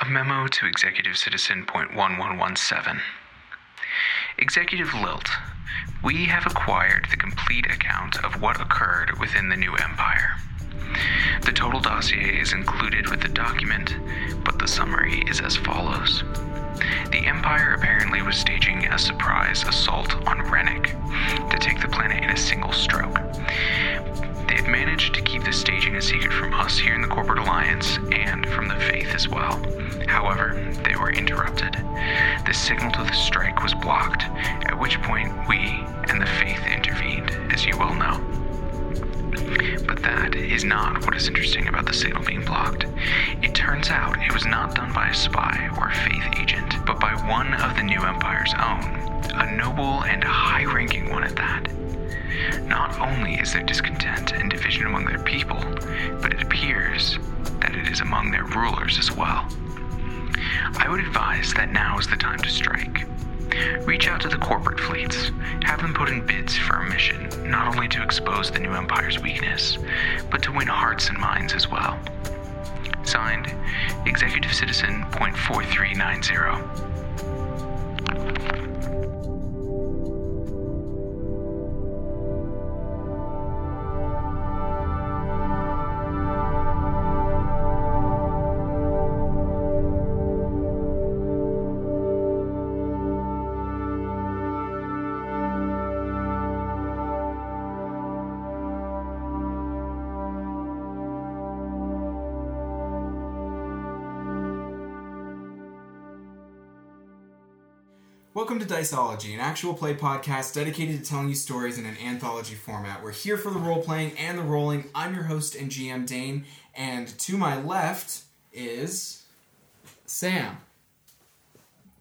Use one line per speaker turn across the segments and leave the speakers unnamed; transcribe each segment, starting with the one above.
A memo to Executive Citizen Point 1117. Executive Lilt, we have acquired the complete account of what occurred within the new empire. The total dossier is included with the document, but the summary is as follows. The Empire apparently was staging a surprise assault on Rennick to take the planet in a single stroke. They had managed to keep the staging a secret from us here in the Corporate Alliance and from the Faith as well. However, they were interrupted. The signal to the strike was blocked, at which point we and the Faith intervened, as you well know. But that is not what is interesting about the signal being blocked. It turns out it was not done by a spy or a faith agent, but by one of the new Empire's own, a noble and high ranking one at that. Not only is there discontent and division among their people, but it appears that it is among their rulers as well. I would advise that now is the time to strike. Reach out to the corporate fleets, have them put in bids for a mission, not only to expose the new Empire's weakness, but to win hearts and minds as well. Signed, Executive Citizen .4390.
Welcome to Diceology, an actual play podcast dedicated to telling you stories in an anthology format. We're here for the role playing and the rolling. I'm your host and GM Dane, and to my left is Sam.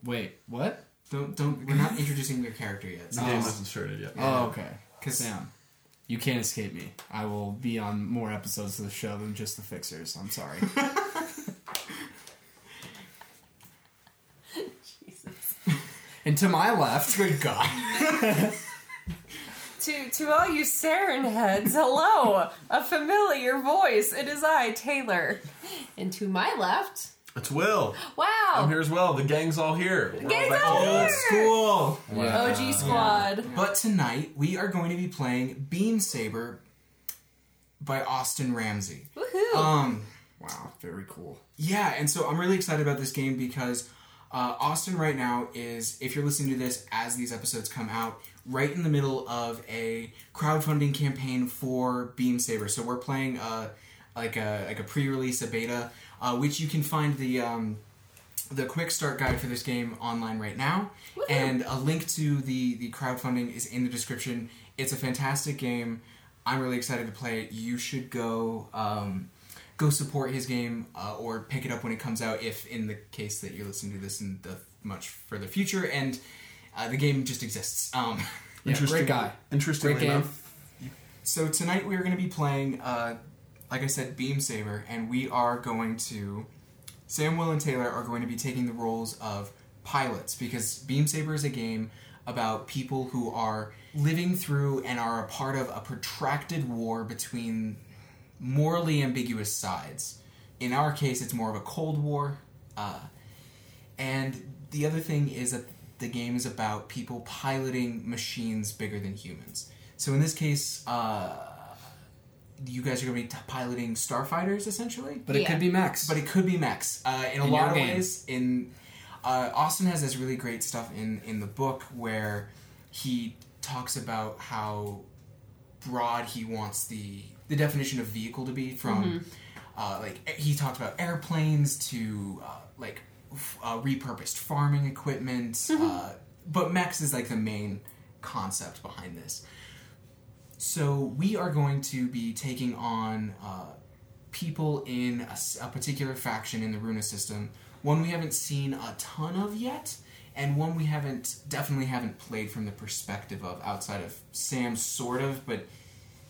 Wait, what?
Don't don't we're not introducing your character yet.
No.
So
Dave
Dave
wasn't
wasn't shirted yet.
Oh, okay.
Cause
Sam, you can't escape me. I will be on more episodes of the show than just the Fixers. I'm sorry. and to my left, good God,
To to all you Saren heads, hello, a familiar voice. It is I, Taylor. And to my left,
It's Will.
wow,
I'm here as well. The gang's all here.
Gang's
We're all
all
back
here.
together.
Old school.
OG squad.
But tonight we are going to be playing Beam Saber by Austin Ramsey.
Woohoo!
Um
wow, very cool.
Yeah, and so I'm really excited about this game because uh, Austin right now is, if you're listening to this as these episodes come out, right in the middle of a crowdfunding campaign for Beam Saber. So we're playing uh, like a like a pre-release, a beta, uh, which you can find the um, the quick start guide for this game online right now, and a link to the the crowdfunding is in the description. It's a fantastic game. I'm really excited to play it. You should go. Um, go support his game uh, or pick it up when it comes out if in the case that you're listening to this in the much further future and uh, the game just exists um,
Yeah, great guy.
Interestingly
Great game.
enough,
so tonight we are going to be playing uh, like i said beam saber and we are going to sam will and taylor are going to be taking the roles of pilots because beam saber is a game about people who are living through and are a part of a protracted war between morally ambiguous sides. In our case, it's more of a Cold War. Uh, and the other thing is that the game is about people piloting machines bigger than humans. So in this case, uh, you guys are going to be t- piloting starfighters essentially,
But it
Yeah.
could be Max.
but it could be mechs. Uh, in a
In your
lot of
game.
ways, in uh, Austin has this really great stuff in in the book where he talks about how broad he wants the the definition of vehicle to be from
Mm-hmm.
uh, like a- he talked about airplanes to uh, like f- uh, repurposed farming equipment
Mm-hmm.
uh, but max is like the main concept behind this so we are going to be taking on uh, people in a, s- a particular faction in the runa system one we haven't seen a ton of yet and one we haven't definitely haven't played from the perspective of outside of sam sort of but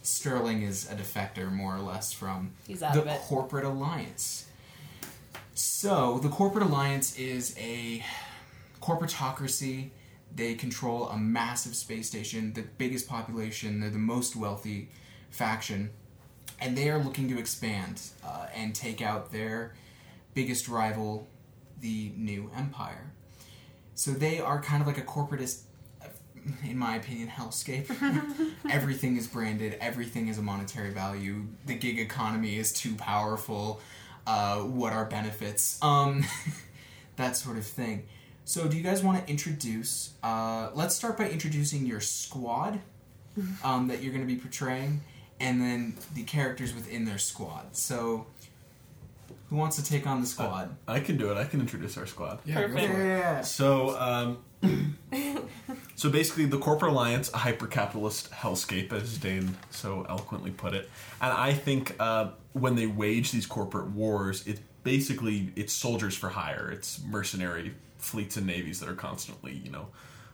sterling is a defector more or less from
He's out
the
of it.
corporate alliance so the corporate alliance is a corporatocracy. They control a massive space station, the biggest population, they're the most wealthy faction, and they are looking to expand uh, and take out their biggest rival, the new empire. So they are kind of like a corporatist, in my opinion, hellscape. everything is branded, everything is a monetary value, the gig economy is too powerful, uh, what are benefits? Um, that sort of thing. So, do you guys want to introduce? Uh, let's start by introducing your squad um, that you're going to be portraying, and then the characters within their squad. So, who wants to take on the squad?
I can do it. I can introduce our squad.
Yeah, go for it.
So, um, so basically, the corporate alliance, a hyper-capitalist hellscape, as Dane so eloquently put it, and I think uh, when they wage these corporate wars, it's basically it's soldiers for hire. It's mercenary fleets and navies that are constantly, you know,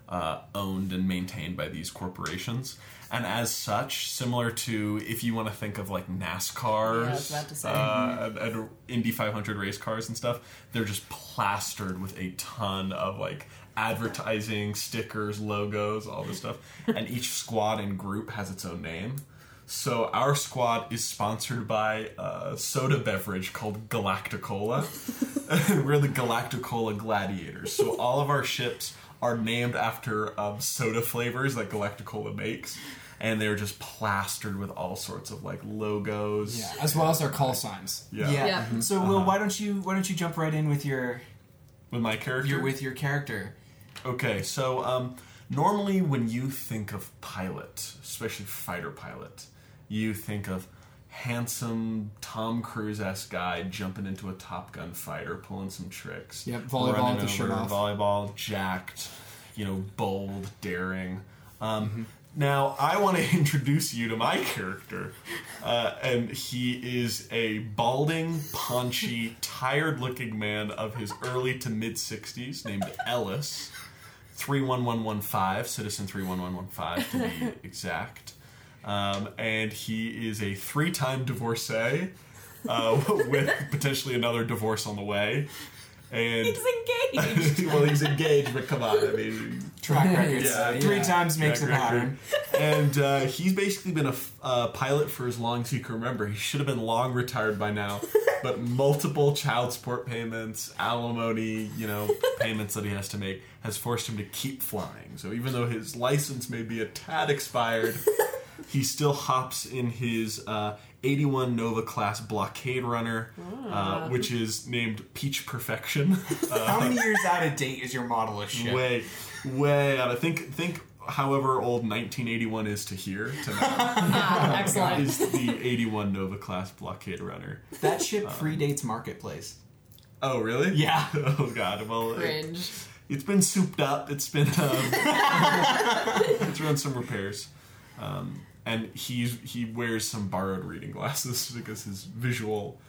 uh, owned and maintained by these corporations. And as such, similar to if you want to think of like NASCAR,
Yeah, I was about to say.
uh, and, and Indy 500 race cars and stuff, they're just plastered with a ton of like advertising, stickers, logos, all this stuff. and each squad and group has its own name. So our squad is sponsored by a soda beverage called Galacticola. We're the Galacticola Gladiators. So all of our ships are named after um, soda flavors that Galacticola makes. And they're just plastered with all sorts of like logos.
Yeah, as well as our call signs.
Yeah. Mm-hmm. Uh-huh.
Yeah. Mhm.
So, Will, why don't you why don't you jump right in with your
With my character.
your with your character?
Okay, so um, normally when you think of pilot, especially fighter pilot, you think of handsome Tom Cruise esque guy jumping into a Top Gun fighter, pulling some tricks.
Yep, volleyball
running
with the shirt
over,
off.
Volleyball, jacked, you know, bold, daring. Um,
Mm-hmm.
Now I want to introduce you to my character, uh, and he is a balding, paunchy, tired-looking man of his early to mid sixties named Ellis. 31115, citizen 31115 to be exact. Um, and he is a three time divorcee uh, with potentially another divorce on the way. And
He's engaged.
well, he's engaged, but come on, I mean,
Track records.
Yeah,
Three
yeah.
times makes a
track
pattern.
record. And uh, he's basically been a f- uh, pilot for as long as he can remember. He should have been long retired by now, but multiple child support payments, alimony, you know, payments that he has to make has forced him to keep flying. So even though his license may be a tad expired, he still hops in his uh, 81 Nova class blockade runner, uh, which is named Peach Perfection. Uh,
How many years out of date is your model of ship?
way, way out. I think think however old 1981 is to here to now
Ah, excellent.
is the 81 Nova class blockade runner.
That ship
Uh-huh.
predates Marketplace.
Oh really?
Yeah.
Oh god. Well, it,
Cringe.
has been souped up. It's been um, it's run some repairs. Um, and he's he wears some borrowed reading glasses because his visual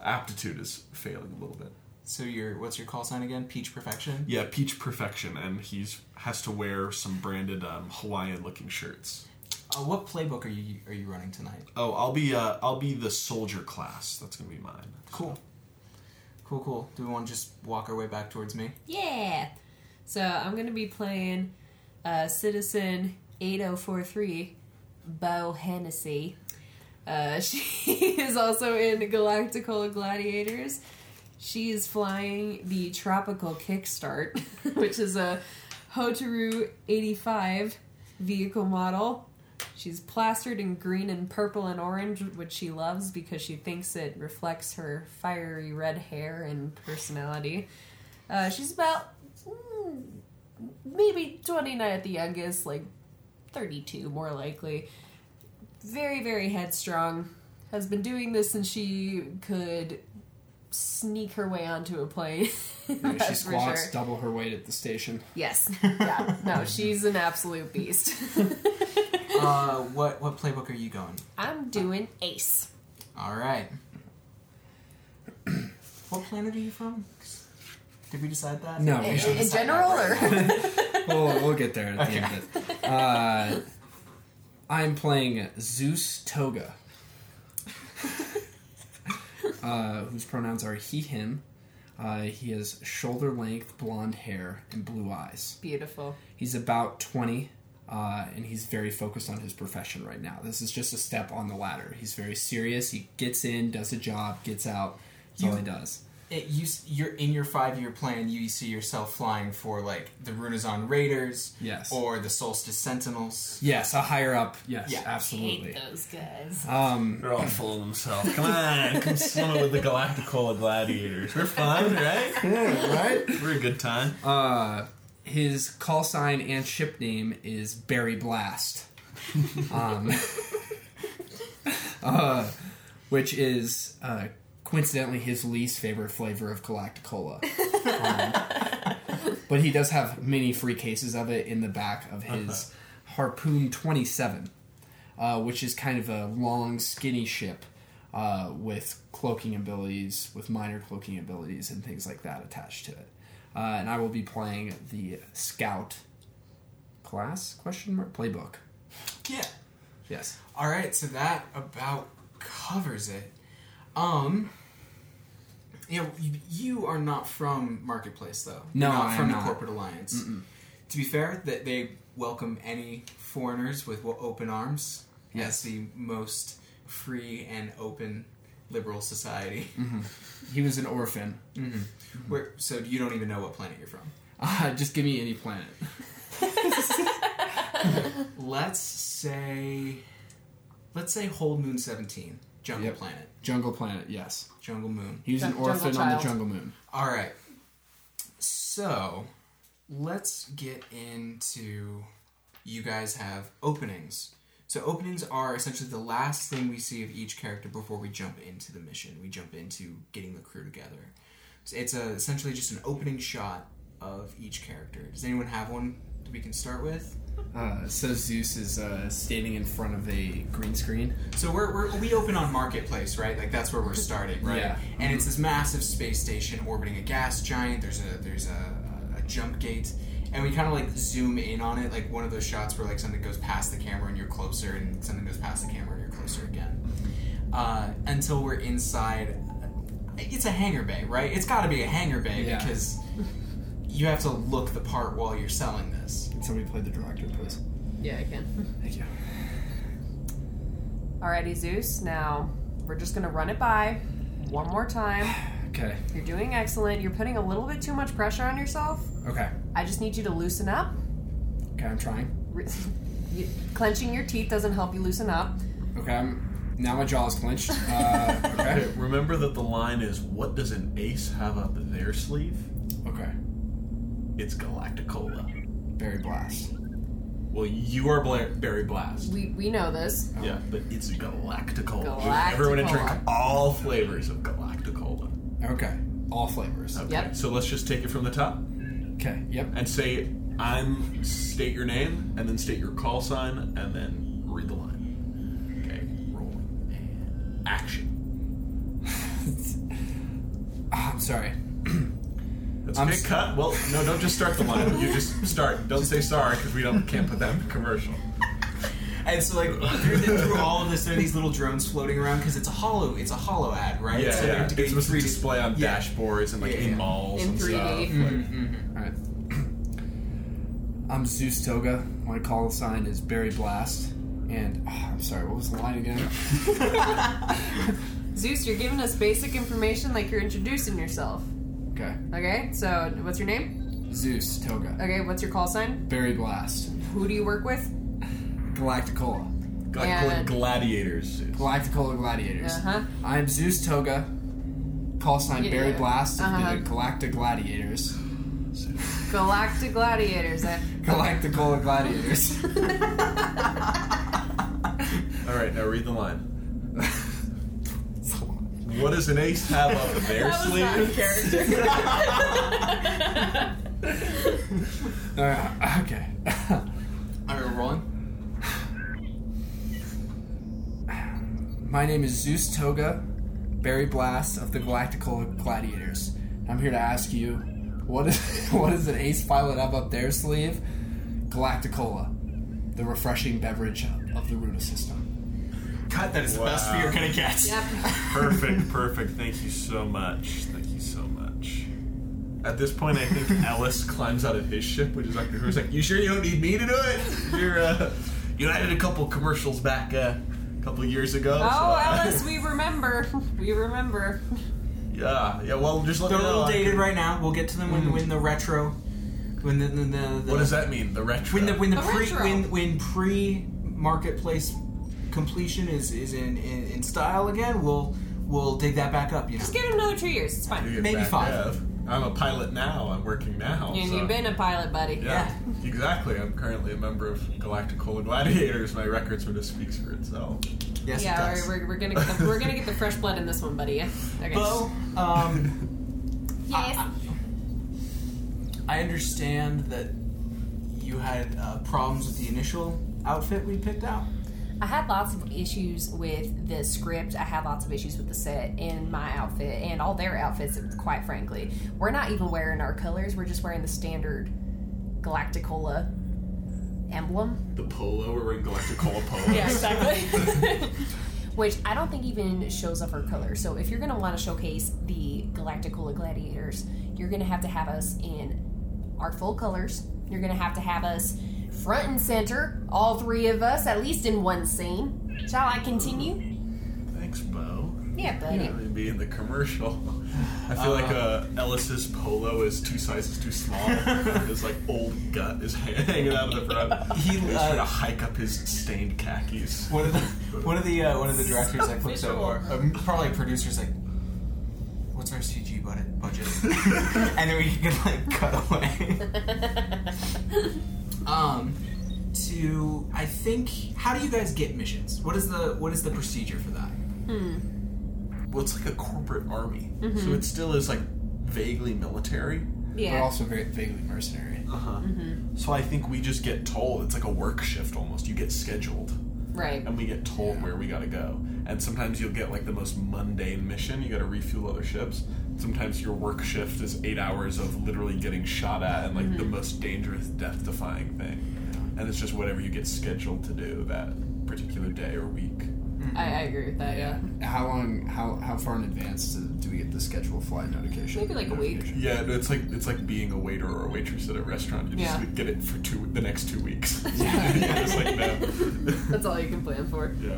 aptitude is failing a little bit.
So your what's your call sign again? Peach Perfection.
Yeah, peach perfection, and he's has to wear some branded um, Hawaiian-looking shirts.
Uh, what playbook are you are you running tonight?
Oh, I'll be uh, I'll be the soldier class. That's gonna be mine.
Cool. Cool, cool. Do we want to just walk our way back towards me?
Yeah. So I'm gonna be playing uh, Citizen 8043, Bo Hennessy. Uh, she is also in Galactical Gladiators. She is flying the Tropical Kickstart, which is a Hotaru 85 vehicle model. She's plastered in green and purple and orange, which she loves because she thinks it reflects her fiery red hair and personality. Uh, she's about mm, maybe 29 at the youngest, like 32 more likely. Very, very headstrong. Has been doing this since she could sneak her way onto a plane.
she
That's for
squats
sure.
double her weight at the station.
Yes. Yeah. No, she's an absolute beast.
Uh, what what playbook are you going?
I'm doing Ace.
All right. what planet are you from? Did we decide that?
No, we
In,
should.
in general, or
we'll, we'll get there at the end of it. Uh, I'm playing Zeus Toga, uh, whose pronouns are he, him. Uh, he has shoulder length blonde hair and blue eyes.
beautiful.
He's about 20, uh, and he's very focused on his profession right now. This is just a step on the ladder. He's very serious. He gets in, does a job, gets out. That's all he does.
it, you s- you're in your five year plan. You see yourself flying for like the Runazon Raiders,
Yes.
or the Solstice Sentinels.
Yes, a higher up. Yes,
Yeah.
absolutely.
Hate those guys.
Um,
They're all full of themselves. Come on, come swim with the Galacticola gladiators. We're fun, right?
right?
We're a good time.
Uh, his call sign and ship name is Barry Blast, um, uh, which is uh, coincidentally his least favorite flavor of Galacticola. Um, but he does have many free cases of it in the back of his Harpoon 27, uh, which is kind of a long, skinny ship. Uh, with cloaking abilities, with minor cloaking abilities, and things like that attached to it uh, and I will be playing the scout class question mark playbook.
Yeah.
Yes.
All right. So that about covers it. Um. You know, you, you are not from Marketplace though.
No,
You're not
I am
from the
not.
Corporate Alliance. To be fair, that they welcome any foreigners with wo- open arms.
Yes.
As the most free and open liberal society.
Mm-hmm. He was an orphan.
Where, so you don't even know what planet you're from.
Uh, just give me any planet.
Let's say, let's say Whole Moon 17, Jungle
Yep.
Planet,
Jungle planet, yes.
Jungle Moon.
He was an
Jun-
orphan
jungle
on the
child.
jungle moon.
All right. So, let's get into you guys have openings. So, openings are essentially the last thing we see of each character before we jump into the mission. We jump into getting the crew together. So It's a, essentially just an opening shot of each character. Does anyone have one that we can start with?
Uh, so Zeus is uh, standing in front of a green screen.
So we're, we're we open on marketplace, right? Like that's where we're starting, right?
Yeah.
And it's this massive space station orbiting a gas giant. There's a there's a, a jump gate, and we kind of like zoom in on it, like one of those shots where like something goes past the camera and you're closer, and something goes past the camera and you're closer again, uh, until we're inside. It's a hangar bay, right? It's got to be a hangar bay
Yeah.
because you have to look the part while you're selling this.
Can somebody play the director, please?
Yeah, I can.
Thank you.
Alrighty, Zeus. Now we're just gonna run it by one more time.
Okay.
You're doing excellent. You're putting a little bit too much pressure on yourself.
Okay.
I just need you to loosen up.
Okay, I'm trying.
Re- you- Clenching your teeth doesn't help you loosen up.
Okay, I'm. Now my jaw is clenched. Uh, okay.
Okay, remember that the line is what does an ace have up their sleeve?
Okay.
It's Galacticola.
Barry Blast.
Well, you are Bla- Barry Blast.
We we know this.
Yeah, but it's Galacticola.
Galacticola.
Everyone to drink all flavors of Galacticola.
Okay. All flavors.
Okay,
Yep.
so let's just take it from the top
Okay. Yep.
and say, I'm, state your name, and then state your call sign, and then read the line. Okay, rolling. And action.
Ah, I'm sorry.
That's
I'm
okay.
s-
cut. Well, no, don't just start the line. You just start. Don't say sorry because we don't can't put that in the commercial.
And so, like through, the, through all of this, there are these little drones floating around because it's a hollow, it's a hollow ad, right?
Yeah,
so they're
yeah. It's
getting
supposed to
3D
display on
Yeah.
dashboards and like
Yeah,
in
yeah.
malls
In Mm-hmm.
and
3D.
stuff.
Alright. I'm Zeus Toga. My call sign is Barry Blast. And ah, I'm sorry, what was the line again?
Zeus, you're giving us basic information like you're introducing yourself.
Okay.
Okay, so what's your name?
Zeus Toga.
Okay, what's your call sign?
Barry Blast.
Who do you work with?
Galacticola.
Like
And-
gladiators.
Galacticola Gladiators.
Uh-huh.
I'm Zeus Toga. Call sign
Yeah,
Barry
yeah.
Blast of
Uh-huh.
the Galactic Gladiators.
Galactic Gladiators. eh? I-
Galacticola Gladiators.
All right, now read the line.
It's a lot.
What does an ace have up their
That was not in
sleeve?
character.
Uh, okay.
All right, we're rolling.
My name is Zeus Toga, Barry Blast of the Galacticola Gladiators. I'm here to ask you, what is what does an ace pilot have up their sleeve? Galacticola, the refreshing beverage of the Runa system.
Cut. That is the best
Wow.
we are gonna get.
yep.
Perfect, perfect. Thank you so much. Thank you so much. At this point, I think Ellis climbs out of his ship, which is Doctor Who's like, "You sure you don't need me to do it? You're uh, you know, I did a couple commercials back uh, a couple years ago. so
Oh,
I-
Ellis, we remember. We remember.
Yeah, yeah. Well, just let
They're
me
a
know.
little
I
dated
can-
right now. We'll get to them when when the retro, when the the, the, the
What does that mean? The retro.
when the when the
The
pre
retro.
when when pre marketplace completion is is in, in in style again. We'll we'll dig that back up. You know.
Just give him another two years. It's
You
fine.
get
maybe
back
five.
up. I'm a pilot now. I'm working now.
And
so-
you've been a pilot, buddy.
Yeah, exactly. I'm currently a member of Galacticola Gladiators. My record sort of speaks for itself.
yes,
Yeah,
it does.
we're, we're, we're gonna get the, we're gonna get the fresh blood in this one, buddy. Yeah. Okay.
Bo, um,
yes.
I understand that you had uh, problems with the initial outfit we picked out.
I had lots of issues with the script. I had lots of issues with the set and my outfit and all their outfits, quite frankly. We're not even wearing our colors, we're just wearing the standard Galacticola emblem.
The polo, we're wearing Galacticola polo.
exactly. Which I don't think even shows up our colors. So if you're going to want to showcase the Galacticola Gladiators, you're going to have to have us in our full colors. You're going to have to have us front and center, all three of us, at least in one scene. Shall I continue?
Thanks, Bo.
Yeah, buddy.
Yeah, maybe in the commercial. I feel like uh, Ellis's polo is two sizes too small. his like old gut is hanging out of the front.
He,
He's
uh,
trying to hike up his stained khakis.
One of the one of the uh, one of the directors like looks
visual.
over, um, probably producers like, what's our CG budget? Budget, and then we can like cut away. um, to I think, how do you guys get missions? What is the what is the procedure for that?
Hmm.
Well, it's like a corporate army, so it still is like vaguely military.
But
Yeah.
also very vaguely mercenary.
So I think we just get told. It's like a work shift almost. You get scheduled.
Right.
and we get told where we gotta go. And sometimes you'll get like the most mundane mission. You gotta refuel other ships. Sometimes your work shift is eight hours of literally getting shot at and like the most dangerous, death defying thing. And it's just whatever you get scheduled to do that particular day or week.
I, I agree with that, yeah.
How long? How how far in advance do, do we get the schedule flight notification?
Maybe like a week.
Notification.
Yeah, it's like it's like being a waiter or a waitress at a restaurant. You just
Yeah.
get it for two the next two weeks. You're just like no.
That's all you can plan for.
Yeah.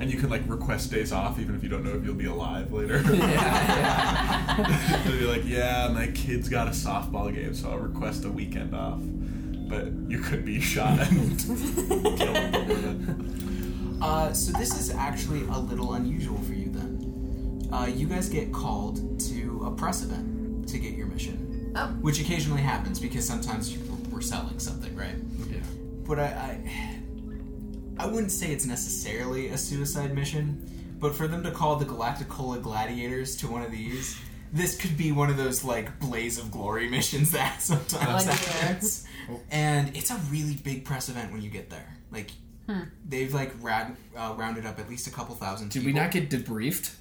And you can like request days off even if you don't know if you'll be alive later. They'll be like, yeah, my kid's got a softball game, so I'll request a weekend off. But you could be shot and killed before then.
Uh, so this is actually a little unusual for you then. Uh, you guys get called to a press event to get your mission,
Oh.
which occasionally happens because sometimes you, we're selling something, right?
Yeah.
But I, I, I wouldn't say it's necessarily a suicide mission. But for them to call the Galacticola Gladiators to one of these, this could be one of those like blaze of glory missions that sometimes
Like, yeah.
happens. And it's a really big press event when you get there. Like they've like rag, uh, rounded up at least a couple thousand.
Did we not get debriefed?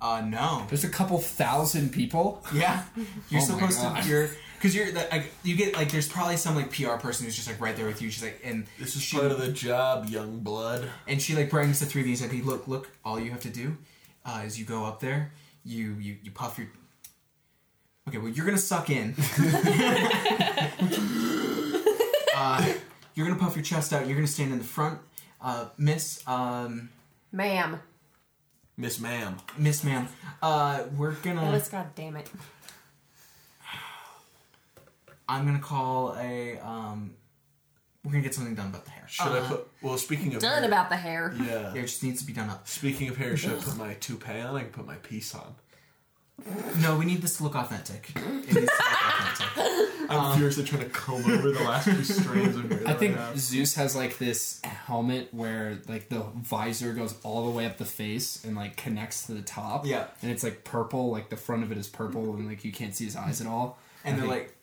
Uh, no.
There's a couple thousand people.
Yeah, you're
Oh my
supposed
God.
to. You're because you're the, like you get like there's probably some like PR person who's just like right there with you. She's like and
This is
she,
part of the job, young blood.
and she like brings the three of these like look look all you have to do uh, is you go up there you you you puff your okay well you're gonna suck in uh, you're gonna puff your chest out you're gonna stand in the front uh, miss um,
Ma'am.
Miss Ma'am.
miss ma'am uh, we're gonna
Ellis, god damn it.
i'm gonna call a um, we're gonna get something done about the hair
Should I put well speaking of
Done
hair-
about the hair.
Yeah.
yeah, it just needs to be done up.
Speaking of hair, should I put my toupee on? I can put my piece on.
No, we need this to look authentic. It needs to look authentic.
I'm furiously trying to comb over the last few strands of hair.
I think
have.
Zeus has like this helmet where like the visor goes all the way up the face and like connects to the top.
Yeah.
And it's like purple, like the front of it is purple and like you can't see his eyes at all.
And
I
they're
think-
like,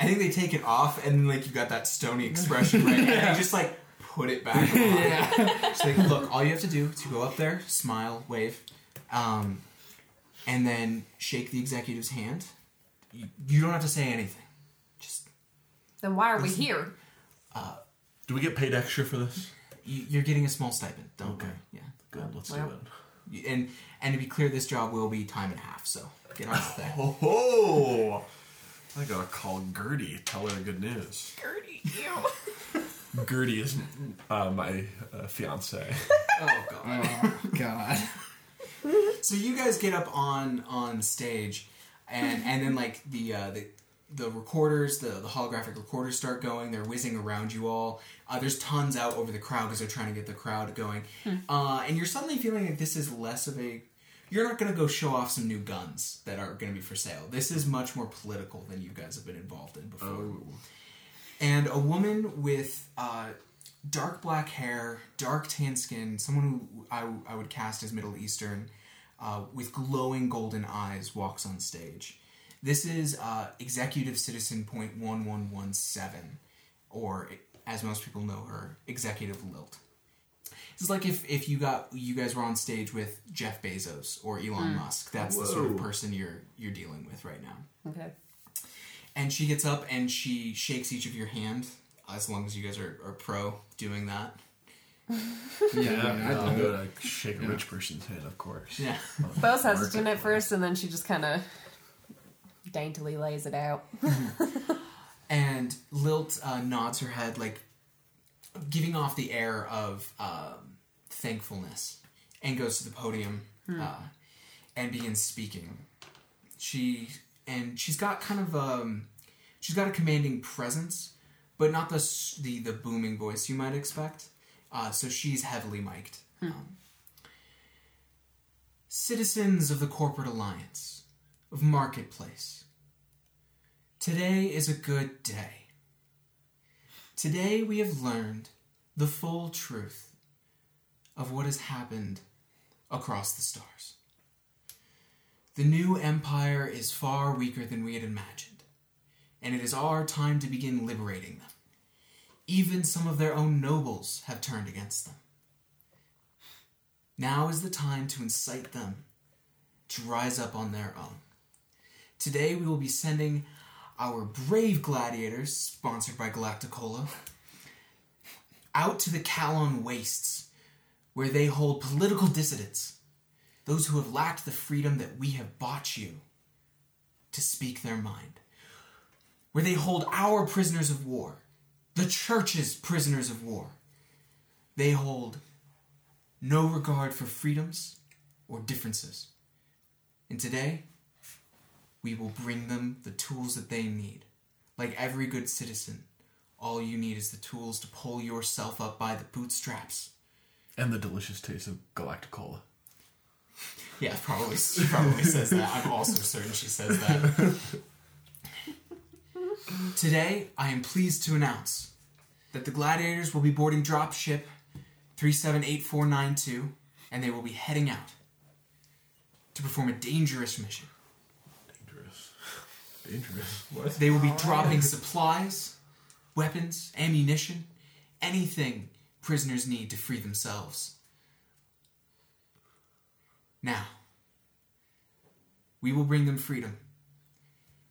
I think they take it off, and then like you got that stony expression, right? And they just like put it back. On.
Yeah.
It's like, look, all you have to do is go up there, smile, wave, um, and then shake the executive's hand. You, you don't have to say anything. Just
Then why are we here?
Do we get paid extra for this?
you, you're getting a small stipend. Don't okay. Yeah.
Good, let's do it.
You- And and to be clear, this job will be time and a half. So get on with that.
Oh, ho! I gotta call Gertie, tell her the good news.
Gertie, you.
Gertie is uh, my uh, fiance.
Oh god.
Oh, God.
so you guys get up on on stage, and and then like the uh, the the recorders, the, the holographic recorders start going. They're whizzing around you all. Uh, there's tons out over the crowd because they're trying to get the crowd going. Uh, and you're suddenly feeling like this is less of a. You're not going to go show off some new guns that are going to be for sale. This is much more political than you guys have been involved in before and a woman with uh, dark black hair, dark tan skin, someone who I, I would cast as Middle Eastern, uh, with glowing golden eyes, walks on stage. This is uh, Executive Citizen Point One One One Seven, or as most people know her, Executive Lilt. This is like if, if you got you guys were on stage with Jeff Bezos or Elon Musk. That's the sort of
Whoa.
person you're you're dealing with right now
Okay.
and she gets up and she shakes each of your hand as long as you guys are, are pro doing that
Yeah,
uh, I'm
I'd do it.
gonna shake a rich person's head, of course.
yeah
Bo's hesitant at first, and then she just kind of daintily lays it out.
and lilt uh, nods her head like giving off the air of um, thankfulness and goes to the podium uh, and begins speaking she and she's got kind of um she's got a commanding presence but not the s- the, the booming voice you might expect uh, so she's heavily mic'd um, Citizens of the Corporate Alliance, of Marketplace, today is a good day. Today we have learned the full truth of what has happened across the stars. The new empire is far weaker than we had imagined, and it is our time to begin liberating them. Even some of their own nobles have turned against them. Now is the time to incite them to rise up on their own. Today we will be sending our brave gladiators, sponsored by Galacticola, out to the Kalon Wastes, where they hold political dissidents, those who have lacked the freedom that we have bought you to speak their mind, where they hold our prisoners of war, the church's prisoners of war. They hold no regard for freedoms or differences. And today, we will bring them the tools that they need. Like every good citizen, all you need is the tools to pull yourself up by the bootstraps.
And the delicious taste of Galacticola.
Yeah, probably she probably says that. I'm also certain she says that. Today, I am pleased to announce that the gladiators will be boarding dropship 378492 and they will be heading out to perform a dangerous mission.
Dangerous. Dangerous. What?
They will be dropping supplies, weapons, ammunition, anything prisoners need to free themselves. Now, we will bring them freedom.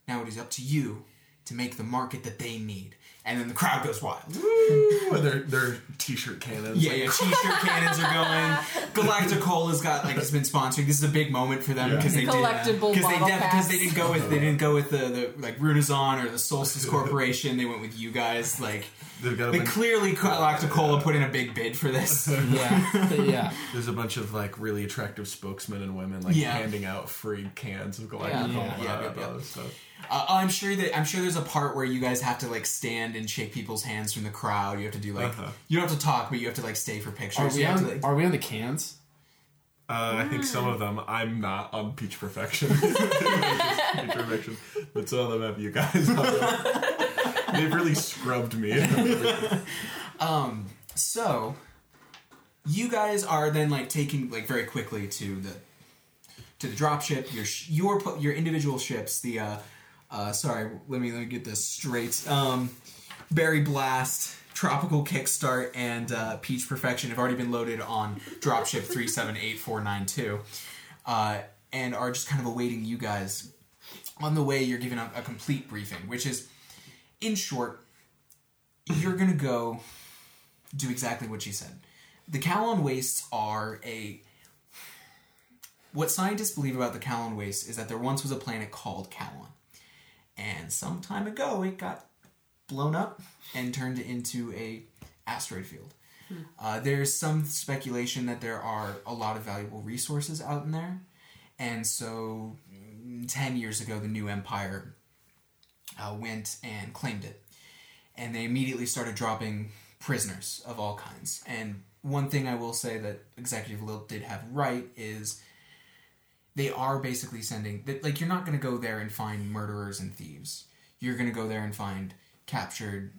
Now it is up to you to make the market that they need. And then the crowd goes wild.
Well, they're, they're t-shirt cannons.
Yeah, yeah, t-shirt cannons are going. Galacticola's got like it's been sponsoring. This is a big moment for them
Yeah.
because they
Collectible
did, uh, 'cause
bottle
they because they
caps.
didn't go with they didn't go with the, the like Runazon or the Solstice Corporation. They went with you guys. Like
They've got a
they
bunch-
clearly Galacticola put in a big bid for this. Uh,
Yeah, yeah.
There's a bunch of like really attractive spokesmen and women like
Yeah.
handing out free cans of Galacticola
Yeah.
Yeah, yeah,
and
yeah.
all this stuff.
Uh, I'm sure that I'm sure there's a part where you guys have to like stand and shake people's hands from the crowd. You have to do like
Uh-huh.
you don't have to talk, but you have to like stay for
Are
pictures.
we
You have
on?
to, like-
are we on the cans?
Uh, I think some of them. I'm not on Peach Perfection. Peach Perfection, but some of them have you guys. on them. They've really scrubbed me.
So, you guys are then like taking like very quickly to the to the dropship. Your sh- your pu- your individual ships. The uh, uh, sorry, let me let me get this straight. Um, Berry Blast, Tropical Kickstart, and uh, Peach Perfection have already been loaded on dropship three seven eight four nine two, uh, and are just kind of awaiting you guys. On the way, you're given a, a complete briefing, which is, in short, you're gonna go do exactly what she said. The Kalon wastes are a. What scientists believe about the Kalon wastes is that there once was a planet called Kalon. And some time ago, it got blown up and turned into a asteroid field. Uh, there's some speculation that there are a lot of valuable resources out in there, And so, mm, 10 years ago, the new empire uh, went and claimed it. And they immediately started dropping prisoners of all kinds. And one thing I will say that Executive Lilt did have right is they are basically sending that like you're not going to go there and find murderers and thieves. You're going to go there and find captured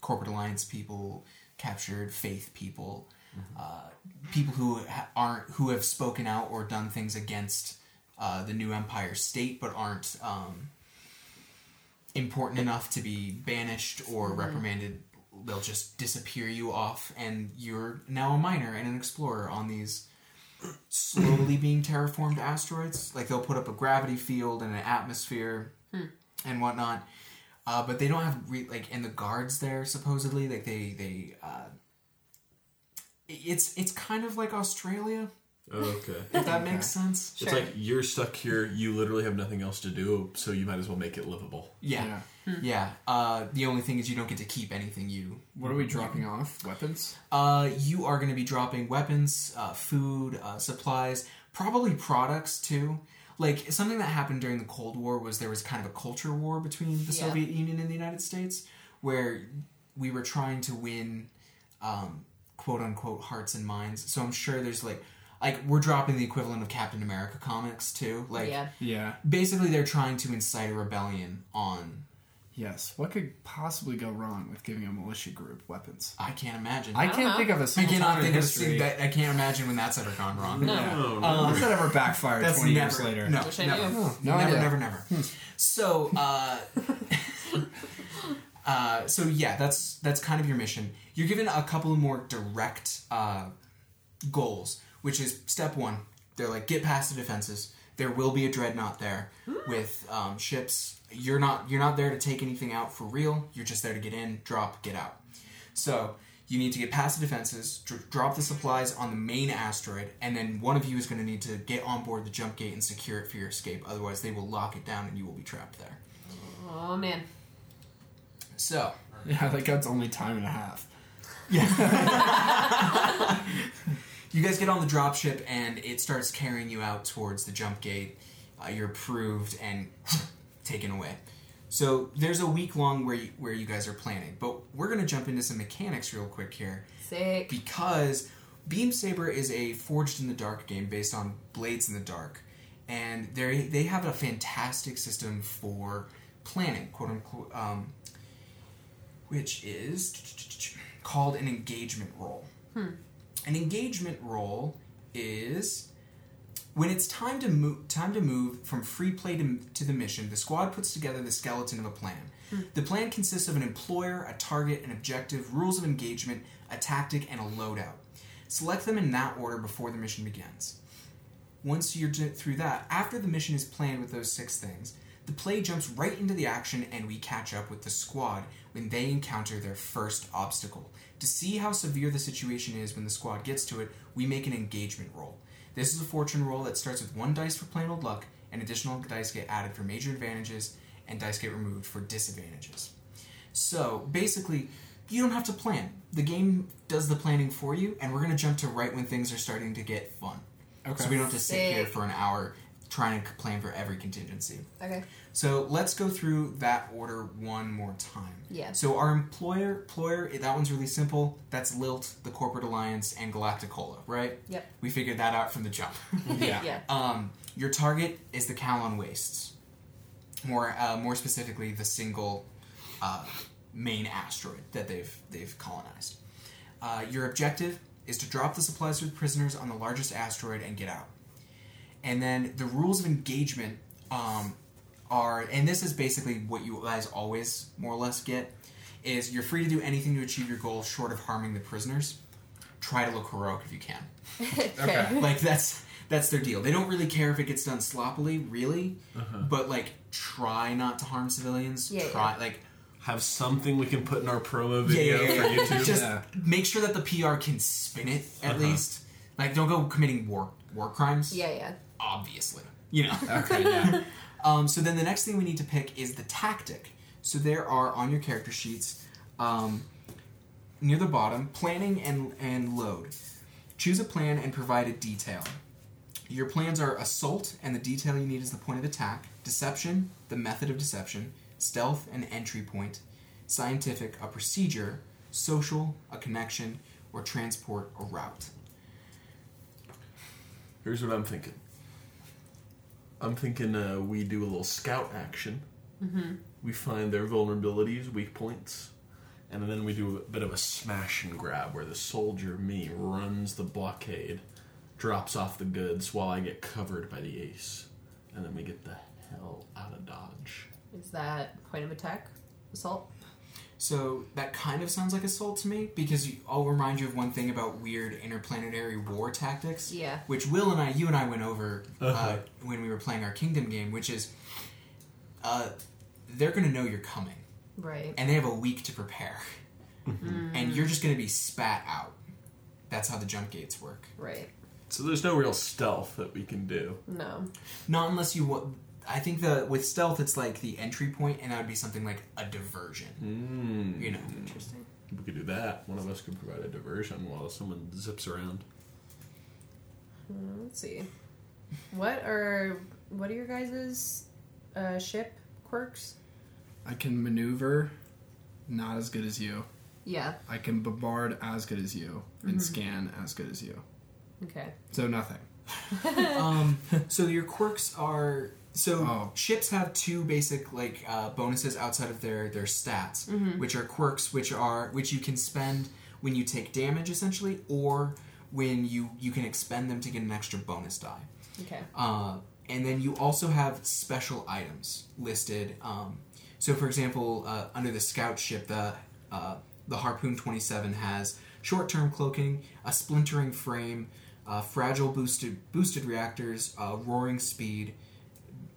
corporate alliance people, captured faith people, uh, people who ha- aren't who have spoken out or done things against uh, the new empire state, but aren't um, important enough to be banished or reprimanded. They'll just disappear you off, and you're now a miner and an explorer on these slowly being terraformed asteroids. Like they'll put up a gravity field and an atmosphere and whatnot. Uh, but they don't have re- like and the guards there supposedly like they they uh, it's it's kind of like Australia
Okay.
if that makes sense.
It's like you're stuck here. You literally have nothing else to do, so you might as well make it livable.
Yeah, yeah. Uh, the only thing is you don't get to keep anything you.
What are we dropping off? Weapons?
Uh, you are going to be dropping weapons, uh, food, uh, supplies, probably products too. Like something that happened during the Cold War was there was kind of a culture war between the
Yeah.
Soviet Union and the United States, where we were trying to win, um, quote unquote, hearts and minds. So I'm sure there's like, like we're dropping the equivalent of Captain America comics too. Like
yeah.
Yeah.
basically they're trying to incite a rebellion on
Yes. What could possibly go wrong with giving a militia group weapons?
I can't imagine.
I
I,
can't
know.
think of a single
cannot
time
think
in
of
history.
that. I can't imagine when that's ever gone wrong.
No.
Yeah.
Oh,
What's that ever backfired
That's
20
never,
years later?
No, Hmm.
Wish I
never,
knew.
Oh, no
never,
idea.
never, never. So, uh, uh, so yeah, that's that's kind of your mission. You're given a couple of more direct uh, goals, which is step one. They're like get past the defenses. There will be a dreadnought there with um, ships. You're not you're not there to take anything out for real. You're just there to get in, drop, get out. So you need to get past the defenses, dr- drop the supplies on the main asteroid, and then one of you is going to need to get on board the jump gate and secure it for your escape. Otherwise, they will lock it down and you will be trapped there.
Oh man.
So
Yeah, like that's only time and a half.
you guys get on the dropship and it starts carrying you out towards the jump gate. Uh, you're approved and taken away. So there's a week long where you, where you guys are planning, but we're going to jump into some mechanics real quick here.
Sick.
because Beam Saber is a forged in the dark game based on Blades in the Dark, and they they have a fantastic system for planning, quote unquote, um, which is called an engagement roll. An engagement roll is when it's time to move, time to move from free play to, to the mission, the squad puts together the skeleton of a plan. The plan consists of an employer, a target, an objective, rules of engagement, a tactic, and a loadout. Select them in that order before the mission begins. Once you're d- through that, after the mission is planned with those six things, the play jumps right into the action and we catch up with the squad when they encounter their first obstacle. To see how severe the situation is when the squad gets to it, we make an engagement roll. This is a fortune roll that starts with one dice for plain old luck, and additional dice get added for major advantages, and dice get removed for disadvantages. So basically, you don't have to plan. The game does the planning for you, and we're going to jump to right when things are starting to get fun.
Okay.
So we don't have to sit here
Sick.
for an hour trying to plan for every contingency.
Okay.
So let's go through that order one more time.
Yeah.
So our employer, employer, that one's really simple. That's Lilt, the Corporate Alliance, and Galacticola, right?
Yep.
We figured that out from the jump.
Yeah.
yeah.
um, your target is the Calon Wastes. More, uh, more specifically, the single uh, main asteroid that they've they've colonized. Uh, your objective is to drop the supplies for the prisoners on the largest asteroid and get out. And then the rules of engagement um, are, and this is basically what you guys always more or less get, is you're free to do anything to achieve your goal short of harming the prisoners. Try to look heroic if you can
Okay.
like that's that's their deal. They don't really care if it gets done sloppily, really,
Uh-huh.
but like try not to harm civilians.
Yeah,
try
yeah.
like
Have something we can put in our promo
yeah,
video
yeah, yeah.
for YouTube. Uh-huh.
just
Yeah.
make sure that the PR can spin it at least. Like don't go committing war war crimes.
Yeah, yeah.
obviously, you know.
okay, yeah.
Um, so then the next thing we need to pick is the tactic. So there are on your character sheets, um, near the bottom, planning and and load. Choose a plan and provide a detail. Your plans are assault, and the detail you need is the point of attack, deception, the method of deception, stealth, an entry point, scientific, a procedure, social, a connection, or transport, a route.
Here's what I'm thinking. I'm thinking uh, we do a little scout action. Mm-hmm. We find their vulnerabilities, weak points, and then we do a bit of a smash and grab where the soldier, me, runs the blockade, drops off the goods while I get covered by the ace, and then we get the hell out of Dodge.
Is that point of attack? Assault?
So that kind of sounds like assault to me because you, I'll remind you of one thing about weird interplanetary war tactics.
Yeah.
Which Will and I, you and I went over uh
Uh-huh.
when we were playing our Kingdom game, which is uh, they're going to know you're coming
Right.
and they have a week to prepare.
Mm-hmm.
And you're just going to be spat out. That's how the jump gates work.
Right.
So there's no real stealth that we can do.
No.
Not unless you want. I think the with stealth, it's like the entry point, and that would be something like a diversion.
Mm.
You know,
Interesting.
We could do that. One of us could provide a diversion while someone zips around.
Let's see. What are what are your guys' uh, ship quirks?
I can maneuver, not as good as you.
Yeah.
I can bombard as good as you, and scan as good as you.
Okay.
So nothing.
um, so your quirks are so
Oh.
ships have two basic like uh, bonuses outside of their their stats, which are quirks, which are which you can spend when you take damage essentially, or when you you can expend them to get an extra bonus die.
Okay.
Uh, and then you also have special items listed. Um, so, for example, uh, under the scout ship, the uh, the harpoon twenty seven has short term cloaking, a splintering frame, uh, fragile boosted boosted reactors, uh, roaring speed,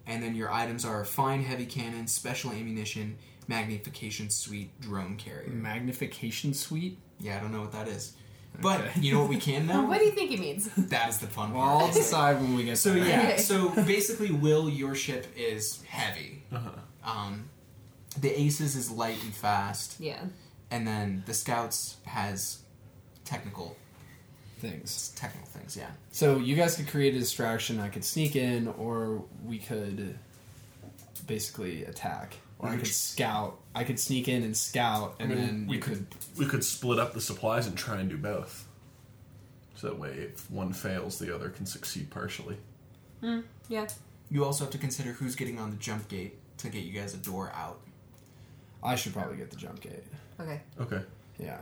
and then your items are fine heavy cannon, special ammunition, magnification suite, drone carrier.
Magnification suite.
Yeah, I don't know what that is, but
Mm. Okay.
you know what we can know.
Um, What do you think it means?
that is the fun
Well,
part.
I'll decide when we get
So
there.
yeah,
Okay.
so basically, Will, your ship is heavy. Um, the Aces is light and fast,
yeah.
and then the Scouts has technical
things.
technical things. Yeah,
So you guys could create a distraction. I could sneak in, or we could basically attack, or I could scout. I could sneak in and scout, and
I mean,
then
we
you
could we could split up the supplies and try and do both. So that way, if one fails, the other can succeed partially.
Yeah.
you also have to consider who's getting on the jump gate to get you guys a door out.
I should probably get the jump gate.
Okay.
Okay.
Yeah.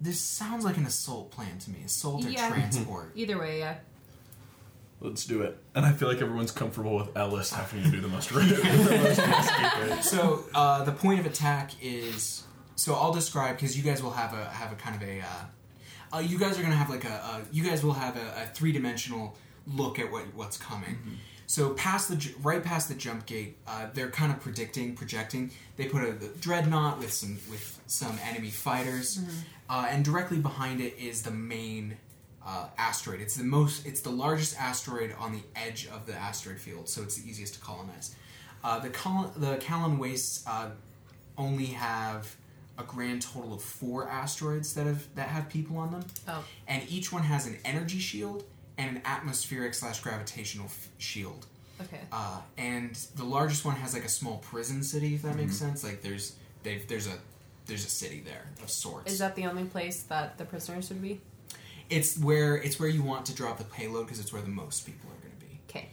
This sounds like an assault plan to me. Assault or
Yeah.
transport.
Either way, yeah.
Let's do it. And I feel like everyone's comfortable with Ellis having to do the most right. the most escape,
so uh, the point of attack is so I'll describe because you guys will have a have a kind of a uh, uh, you guys are gonna have like a uh, you guys will have a, a three dimensional look at what what's coming. So past the ju- right past the jump gate, uh, they're kind of predicting, projecting. They put a dreadnought with some with some enemy fighters, uh, and directly behind it is the main uh, asteroid. It's the most, it's the largest asteroid on the edge of the asteroid field, so it's the easiest to colonize. Uh, the col- the Kallon wastes uh, only have a grand total of four asteroids that have that have people on them,
Oh.
and each one has an energy shield and an atmospheric slash gravitational f- shield.
Okay.
Uh, and the largest one has like a small prison city, if that makes sense. Like there's they've, there's a there's a city there of sorts.
Is that the only place that the prisoners would be?
It's where it's where you want to drop the payload because it's where the most people are going to be.
Okay.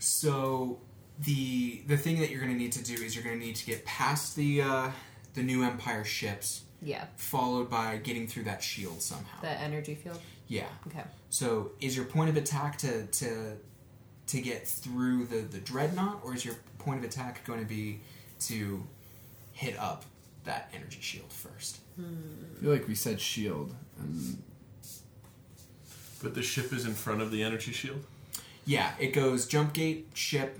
So the the thing that you're going to need to do is you're going to need to get past the uh, the new empire ships,
Yeah.
followed by getting through that shield somehow.
The energy field.
yeah.
Okay.
So is your point of attack to to to get through the the dreadnought, or is your point of attack going to be to hit up that energy shield first?
I feel like we said shield, and
but the ship is in front of the energy shield.
Yeah, it goes jump gate, ship,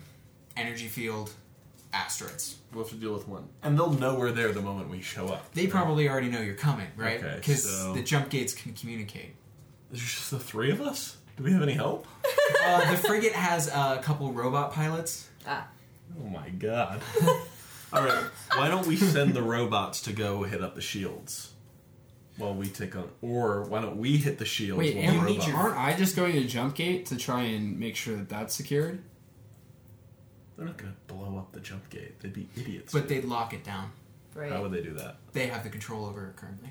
energy field, asteroids.
We'll have to deal with one, and they'll know we're there the moment we show up.
They probably already know you're coming, right?
Okay,
Because
so-
the jump gates can communicate.
There's just the three of us. Do we have any help?
Uh, the frigate has uh, a couple robot pilots.
Ah.
Oh my god. All right, why don't we send the robots to go hit up the shields? while we take on, or why don't we hit the shield?
Wait,
while
am,
we're
need
above?
your-
aren't I just going to jump gate to try and make sure that that's secured?
They're not gonna blow up the jump gate. They'd be idiots.
But they'd lock it down.
Right.
how would they do that?
They have the control over it currently.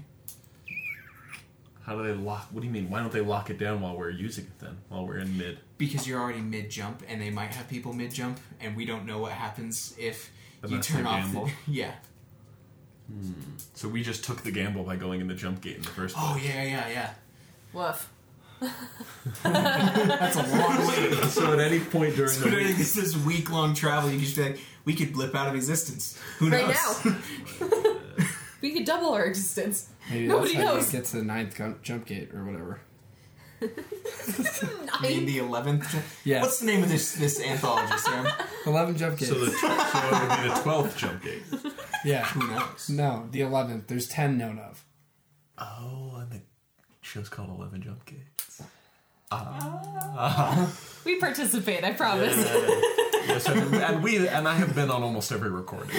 How do they lock? What do you mean? Why don't they lock it down while we're using it then? While we're in mid?
Because you're already mid jump, and they might have people mid jump, and we don't know what happens if
But
you
that's
turn
the
off.
gamble.
The, yeah.
So we just took the gamble by going in the jump gate in the first.
Oh yeah, yeah, yeah.
Woof.
That's a long way.
place. so at any point during
So
the
during
week,
this this week long travel, you could just be like, we could blip out of existence. Who knows?
Right now. we could double our existence.
Maybe
Nobody
that's how
knows.
you get to the ninth gun- jump gate or whatever.
You mean
Nine.
the eleventh.
Yeah.
What's the name of this this anthology, Sam?
Eleven jump gates.
so, the, so it would be the twelfth jump gate.
yeah.
Who knows?
No, the eleventh. There's ten known of.
Oh, and the show's called Eleven Jump Gates.
We participate, I promise.
Yes, and, and we and I have been on almost every recording.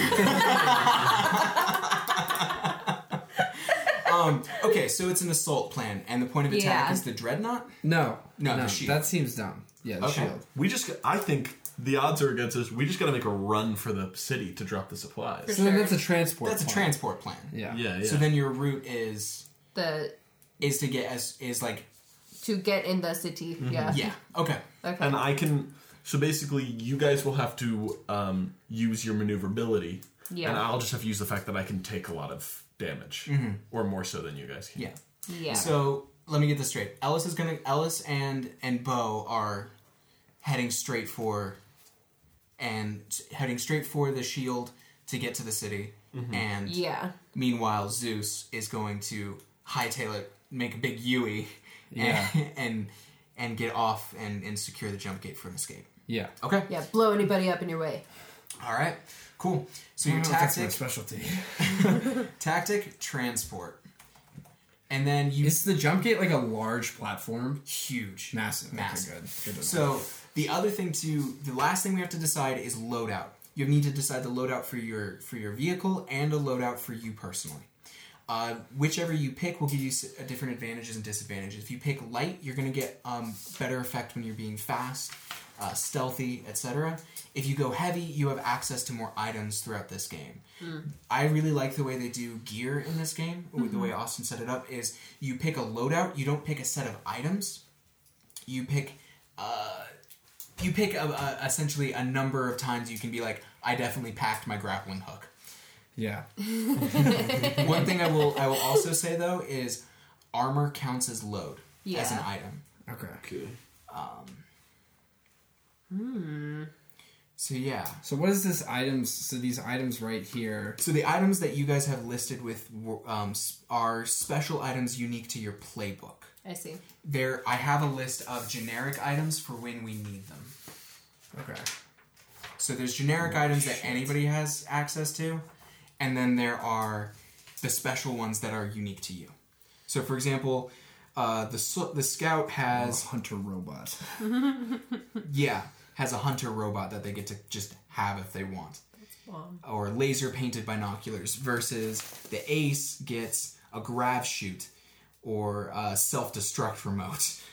Um, okay, so it's an assault plan, and the point of attack
Yeah.
is the dreadnought.
No,
No,
no.
the shield.
That seems dumb. Yeah, the
Okay.
shield.
We just, I think the odds are against us. We just got to make a run for the city to drop the supplies.
So then
Sure.
that's a transport.
That's a
point.
transport plan.
Yeah.
Yeah, yeah.
So then your route is
The
is to get as is like
to get in the city. Yeah.
yeah okay
Okay.
and I can. So basically, you guys will have to um, use your maneuverability,
Yeah.
and I'll just have to use the fact that I can take a lot of damage, or more so than you guys can.
yeah.
yeah.
So let me get this straight. Ellis is gonna Ellis and and Bo are heading straight for and heading straight for the shield to get to the city.
Mm-hmm.
And
yeah.
meanwhile, Zeus is going to hightail it, make a big Yui,
Yeah.
and, and and get off and and secure the jump gate for an escape.
Yeah.
Okay.
Yeah. Blow anybody up in your way.
All right. Cool. So
I
your
don't know if That's my
tactic
specialty.
tactic transport, and then you
Is the jump gate like a large platform?
huge
Massive.
Massive.
Okay, good. good to know.
So the other thing to the last thing we have to decide is loadout. You need to decide the loadout for your for your vehicle and a loadout for you personally. Uh, whichever you pick will give you s- uh, different advantages and disadvantages. If you pick light, you're going to get um, better effect when you're being fast, uh, stealthy, etc. If you go heavy, you have access to more items throughout this game. I really like the way they do gear in this game. The way Austin set it up is you pick a loadout. You don't pick a set of items you pick uh, you pick a, a, essentially a number of times you can be like i definitely packed my grappling hook
yeah.
one thing i will i will also say though is armor counts as load as an
Yeah.
item
Okay.
so yeah
So what is this items? So these items right here.
so the items that you guys have listed with um, s- are special items unique to your playbook
I see.
there i have a list of generic items for when we need them
Okay.
So there's generic items that anybody has access to, and then there are the special ones that are unique to you. So for example, uh, the sl- the scout has
Hunter robot.
yeah has a hunter robot that they get to just have if they want,
Bomb.
or laser painted binoculars. Versus the ace gets a grab shoot, or a self destruct remote.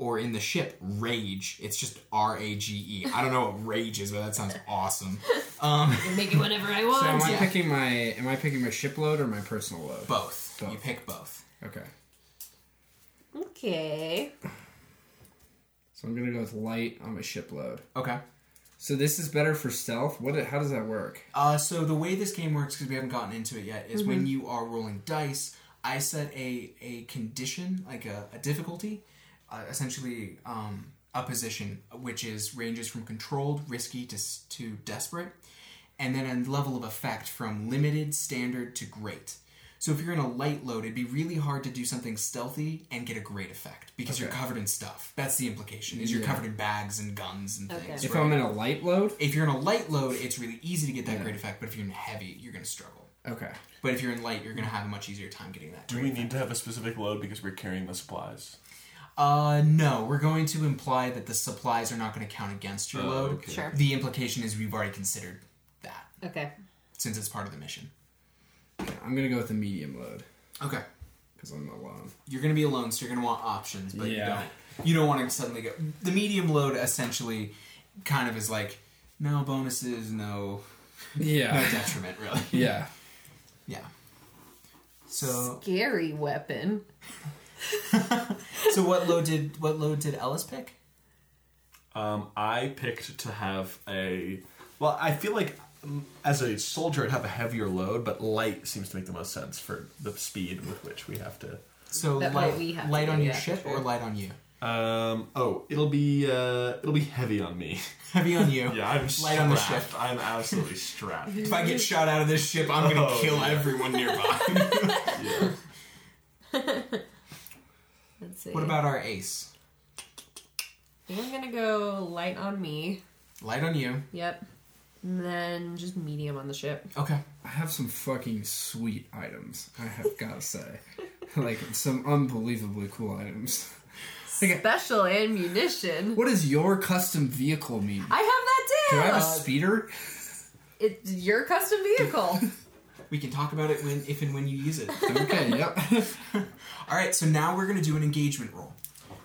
Or in the ship, rage. It's just R A G E. I don't know what rage is, but that sounds awesome.
I can make it whenever I want.
So am I
Yeah.
picking my am I picking my shipload or my personal load?
Both.
Both.
You pick both.
Okay.
Okay.
So I'm gonna go with light on my shipload.
Okay.
So this is better for stealth. What? How does that work?
Uh, so the way this game works, because we haven't gotten into it yet, is
Mm-hmm.
when you are rolling dice, I set a a condition, like a, a difficulty, uh, essentially um, a position, which is ranges from controlled, risky to s- to desperate, and then a level of effect from limited, standard to great. So if you're in a light load, it'd be really hard to do something stealthy and get a great effect because you're covered in stuff. That's the implication. Is you're covered in bags and guns and things.
If
right?
I'm in a light load.
if you're in a light load, it's really easy to get that great effect, but if you're in heavy, you're going to struggle.
Okay.
But if you're in light, you're going to have a much easier time getting that.
Do we need to have a specific load because we're carrying the supplies?
Uh, no, we're going to imply that the supplies are not going to count against your load.
okay.
Sure.
The implication is we've already considered that
Okay.
since it's part of the mission.
I'm gonna go with the medium load.
Okay.
because I'm alone.
You're going to be alone, so you're going to want options, but you
Yeah.
don't. You don't want to suddenly go. The medium load essentially kind of is like no bonuses, no no
Yeah.
detriment, really.
yeah.
Yeah. So
Scary weapon.
so what load did what load did Ellis pick?
Um, I picked to have a. Well, I feel like um, as a soldier, I'd have a heavier load, but light seems to make the most sense for the speed with which we have to.
So
That
light,
what we have to
light
do,
on your
yeah,
ship
for sure.
or light on you?
Um, oh, it'll be uh, it'll be heavy on me.
Heavy on you.
Yeah, I'm
Light on the ship.
I'm absolutely strapped.
If I get shot out of this ship, I'm gonna
Oh,
kill
yeah.
everyone nearby.
Yeah.
Let's see.
what about our ace?
I'm gonna go light on me.
Light on you.
Yep. And then just medium on the ship.
Okay.
I have some fucking sweet items. I have gotta say, like some unbelievably cool items. Like,
Special ammunition.
what does your custom vehicle mean?
I have
Do I have a
that
speeder?
too. It's your custom vehicle.
We can talk about it when if and when you use it.
Okay. Yep.
All right. So now we're gonna do an engagement roll.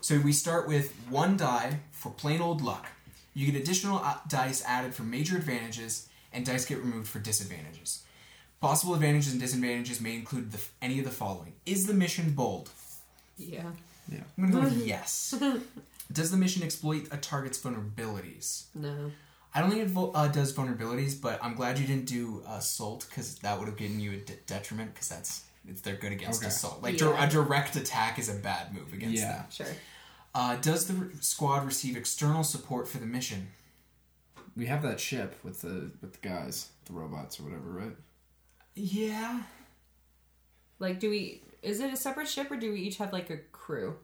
So we start with one die for plain old luck. You get additional uh, dice added for major advantages, and dice get removed for disadvantages. Possible advantages and disadvantages may include the, any of the following: Is the mission bold?
yeah.
I'm gonna go with yes. Does the mission exploit a target's vulnerabilities?
No.
I don't think it vul- uh, does vulnerabilities, but I'm glad you didn't do assault because that would have given you a de- detriment because that's it's, they're good against
Okay.
assault. Like
Yeah.
dir- a direct attack is a bad move against
Yeah.
them.
Sure.
Uh, does the re- squad receive external support for the mission?
We have that ship with the with the guys, the robots or whatever, right?
Yeah,
Like, do we? Is it a separate ship or do we each have like a crew?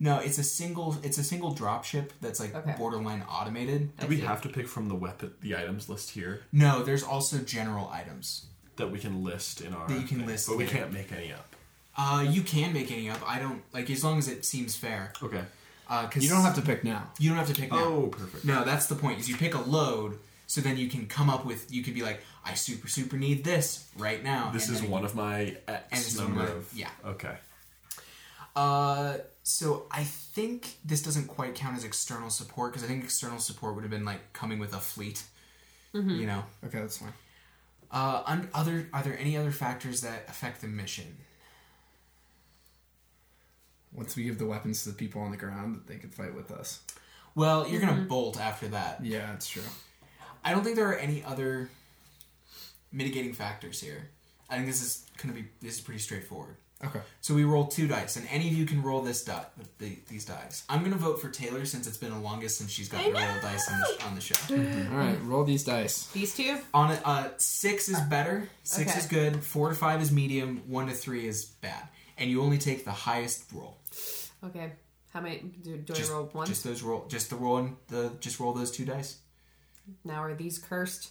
no, it's a single it's a single dropship that's like
Okay.
borderline automated.
Do we have to pick from the weapon, the items list here
No, there's also general items.
that we can list in our.
That you can
thing?
list
but we
later.
can't make any up.
Uh, you can make any up. I don't like as long as it seems fair.
Okay.
Uh, 'cause
You don't have to pick now.
You don't have to pick now.
Oh, perfect.
No, that's the point. Is you pick a load, so then you can come up with. You could be like, I super super need this right now.
This
and
is
then-
one of my X
it's
number
one of-
of.
yeah.
Okay.
Uh, so I think this doesn't quite count as external support because I think external support would have been like coming with a fleet. You know.
Okay, that's fine.
Uh, un- other are there any other factors that affect the mission?
Once we give the weapons to the people on the ground, that they can fight with us.
Well, you're gonna bolt after that.
Yeah, that's true.
I don't think there are any other mitigating factors here. I think this is gonna be this is pretty straightforward.
Okay.
So we roll two dice, and any of you can roll this die, the, these dice. I'm gonna vote for Taylor since it's been the longest since she's gotten to roll dice on the, on the
Mm.
show.
All right, roll these dice.
These two?
on a, uh, six is better, six
Okay.
is good, four to five is medium, one to three is bad, and you only take the highest roll.
Okay. How many? Do, do
Just,
I roll one?
just those roll, just the roll, and the just roll those two dice.
Now are these cursed?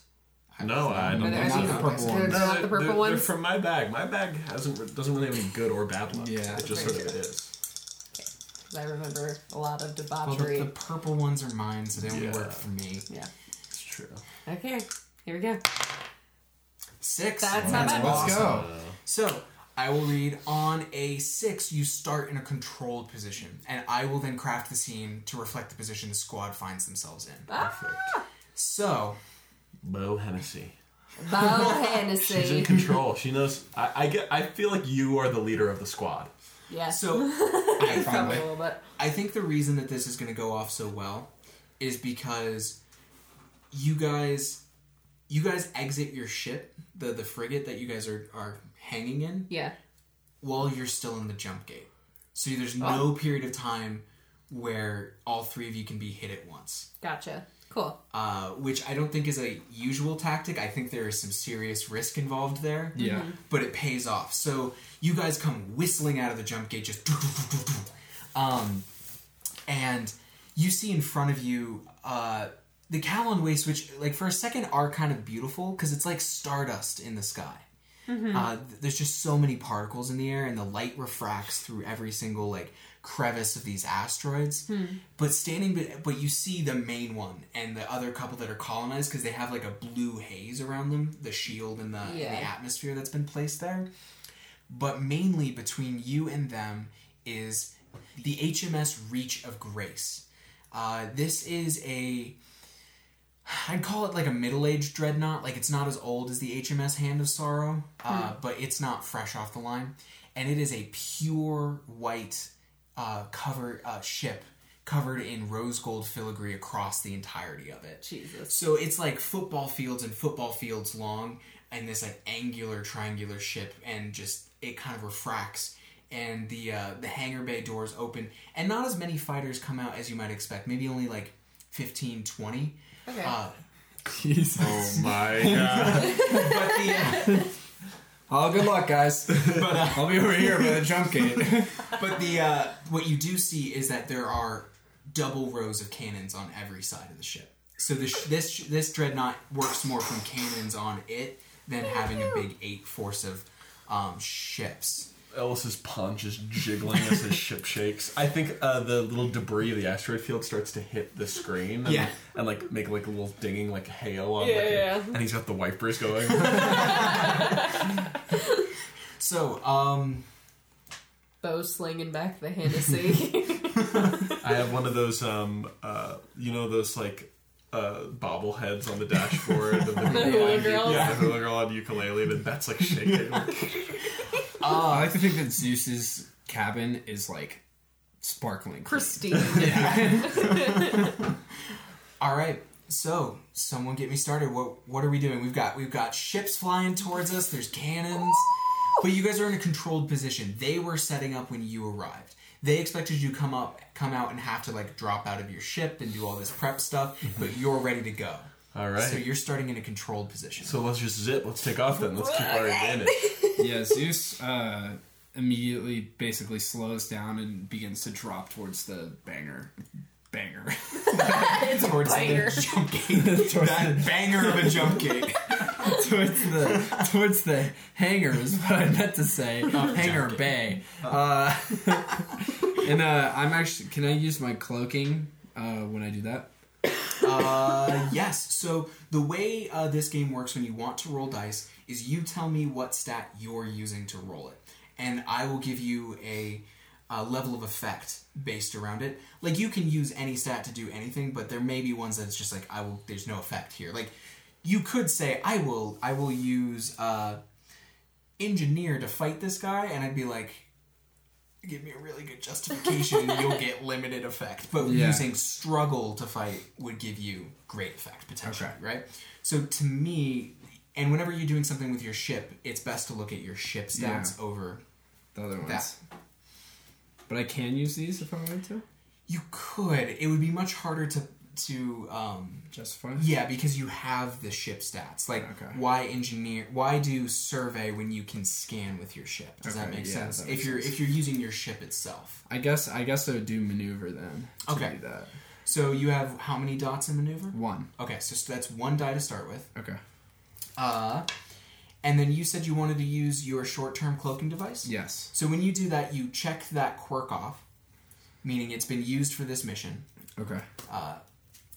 No, I
Are they,
don't. think
are
not
these
the purple
they're
ones.
not the purple
they're, They're
ones?
from my bag. My bag hasn't doesn't really have any good or bad luck.
Yeah.
it just sort of is.
'Cause I remember a lot of
Well, the,
debauchery.
the purple ones are mine, so they only
Yeah.
work for me.
Yeah.
It's true.
Okay. Here we go.
Six.
That's not bad.
Let's go.
So I will read on a six, you start in a controlled position, and I will then craft the scene to reflect the position the squad finds themselves in.
Perfect.
So
Bo Hennessy.
Bo
She's in
Hennessy.
control. She knows. I, I get. I feel like you are the leader of the squad.
Yeah.
so
It's
I,
up a little bit.
I think the reason that this is gonna go off so well is because you guys you guys exit your ship, the the frigate that you guys are, are hanging in,
Yeah.
while you're still in the jump gate. So there's no period of time where all three of you can be hit at once.
Gotcha. Cool.
uh, which I don't think is a usual tactic. I think there is some serious risk involved there.
Yeah. Mhm.
But it pays off. So you guys come whistling out of the jump gate, just. Um, and you see in front of you uh, the Kowloon Wastes, which, like, for a second are kind of beautiful because it's like stardust in the sky. Uh, th- there's just so many particles in the air, and the light refracts through every single like crevice of these asteroids. But standing, be- but you see the main one and the other couple that are colonized because they have like a blue haze around them, the shield and the, and
Yeah.
the atmosphere that's been placed there. but mainly between you and them is the HMS Reach of Grace. Uh, this is a I'd call it like a middle-aged dreadnought. Like it's not as old as the HMS Hand of Sorrow, uh, but it's not fresh off the line. And it is a pure white uh, cover uh, ship covered in rose gold filigree across the entirety of it.
Jesus.
So it's like football fields and football fields long, and this like angular triangular ship, and just it kind of refracts. And the uh, the hangar bay doors open, and not as many fighters come out as you might expect. Maybe only like 15, 20.
Okay.
Uh,
Oh my god.
but the uh,
Oh, good luck, guys. I'll be over here by the jump gate.
but the uh, what you do see is that there are double rows of cannons on every side of the ship. So this this this dreadnought works more from cannons on it than having a big eight force of um, ships.
Ellis's paunch is jiggling as his ship shakes. I think uh, the little debris of the asteroid field starts to hit the screen. And,
Yeah.
And like make like a little dinging like hail on
Yeah,
like a-
yeah.
and he's got the wipers going.
So um,
Bo slinging back the Hennessy.
I have one of those um uh you know those like uh bobbleheads on the dashboard of the
hula girls?
Yeah, the hula girl on ukulele and that's like shaking.
I like to think that Zeus's cabin is like sparkling.
Christine.
all right. So someone get me started. What what are we doing? We've got we've got ships flying towards us. There's cannons. But you guys are in a controlled position. They were setting up when you arrived. They expected you to come up, come out, and have to like drop out of your ship and do all this prep stuff. But you're ready to go.
Mm-hmm. All right.
So you're starting in a controlled position.
So let's just zip. Let's take off then. Let's keep our advantage.
yeah, Zeus uh, immediately basically slows down and begins to drop towards the banger. Banger.
it's towards
banger.
the jump gate.
towards,
that banger of a jump gate.
the, towards the towards the hangar is what I meant to say. hangar bay. Uh, and uh, I'm actually can I use my cloaking uh, when I do that?
Uh, yes. So the way uh, this game works when you want to roll dice is you tell me what stat you're using to roll it, and I will give you a, uh level of effect based around it. Like you can use any stat to do anything, but there may be ones that's just like I will. There's no effect here. Like you could say I will. I will use uh, engineer to fight this guy, and I'd be like. Give me a really good justification, and you'll get limited effect. But
Yeah.
using struggle to fight would give you great effect potentially, right? So to me, and whenever you're doing something with your ship, it's best to look at your ship stats over
The other ones.
that.
But I can use these if I wanted to.
You could. It would be much harder to to um,
Justify.
yeah because you have the ship stats. Like
Okay.
why engineer? Why do survey when you can scan with your ship? Does that
Okay,
make
yeah,
sense?
that
if
makes
you're
sense.
if you're using your ship itself,
I guess I guess I would do maneuver then. To
Okay.
Do that
so you have how many dots in maneuver?
one.
Okay, so that's one die to start with.
Okay.
Uh, and then you said you wanted to use your short-term cloaking device.
Yes.
So when you do that, you check that quirk off, meaning it's been used for this mission,
Okay.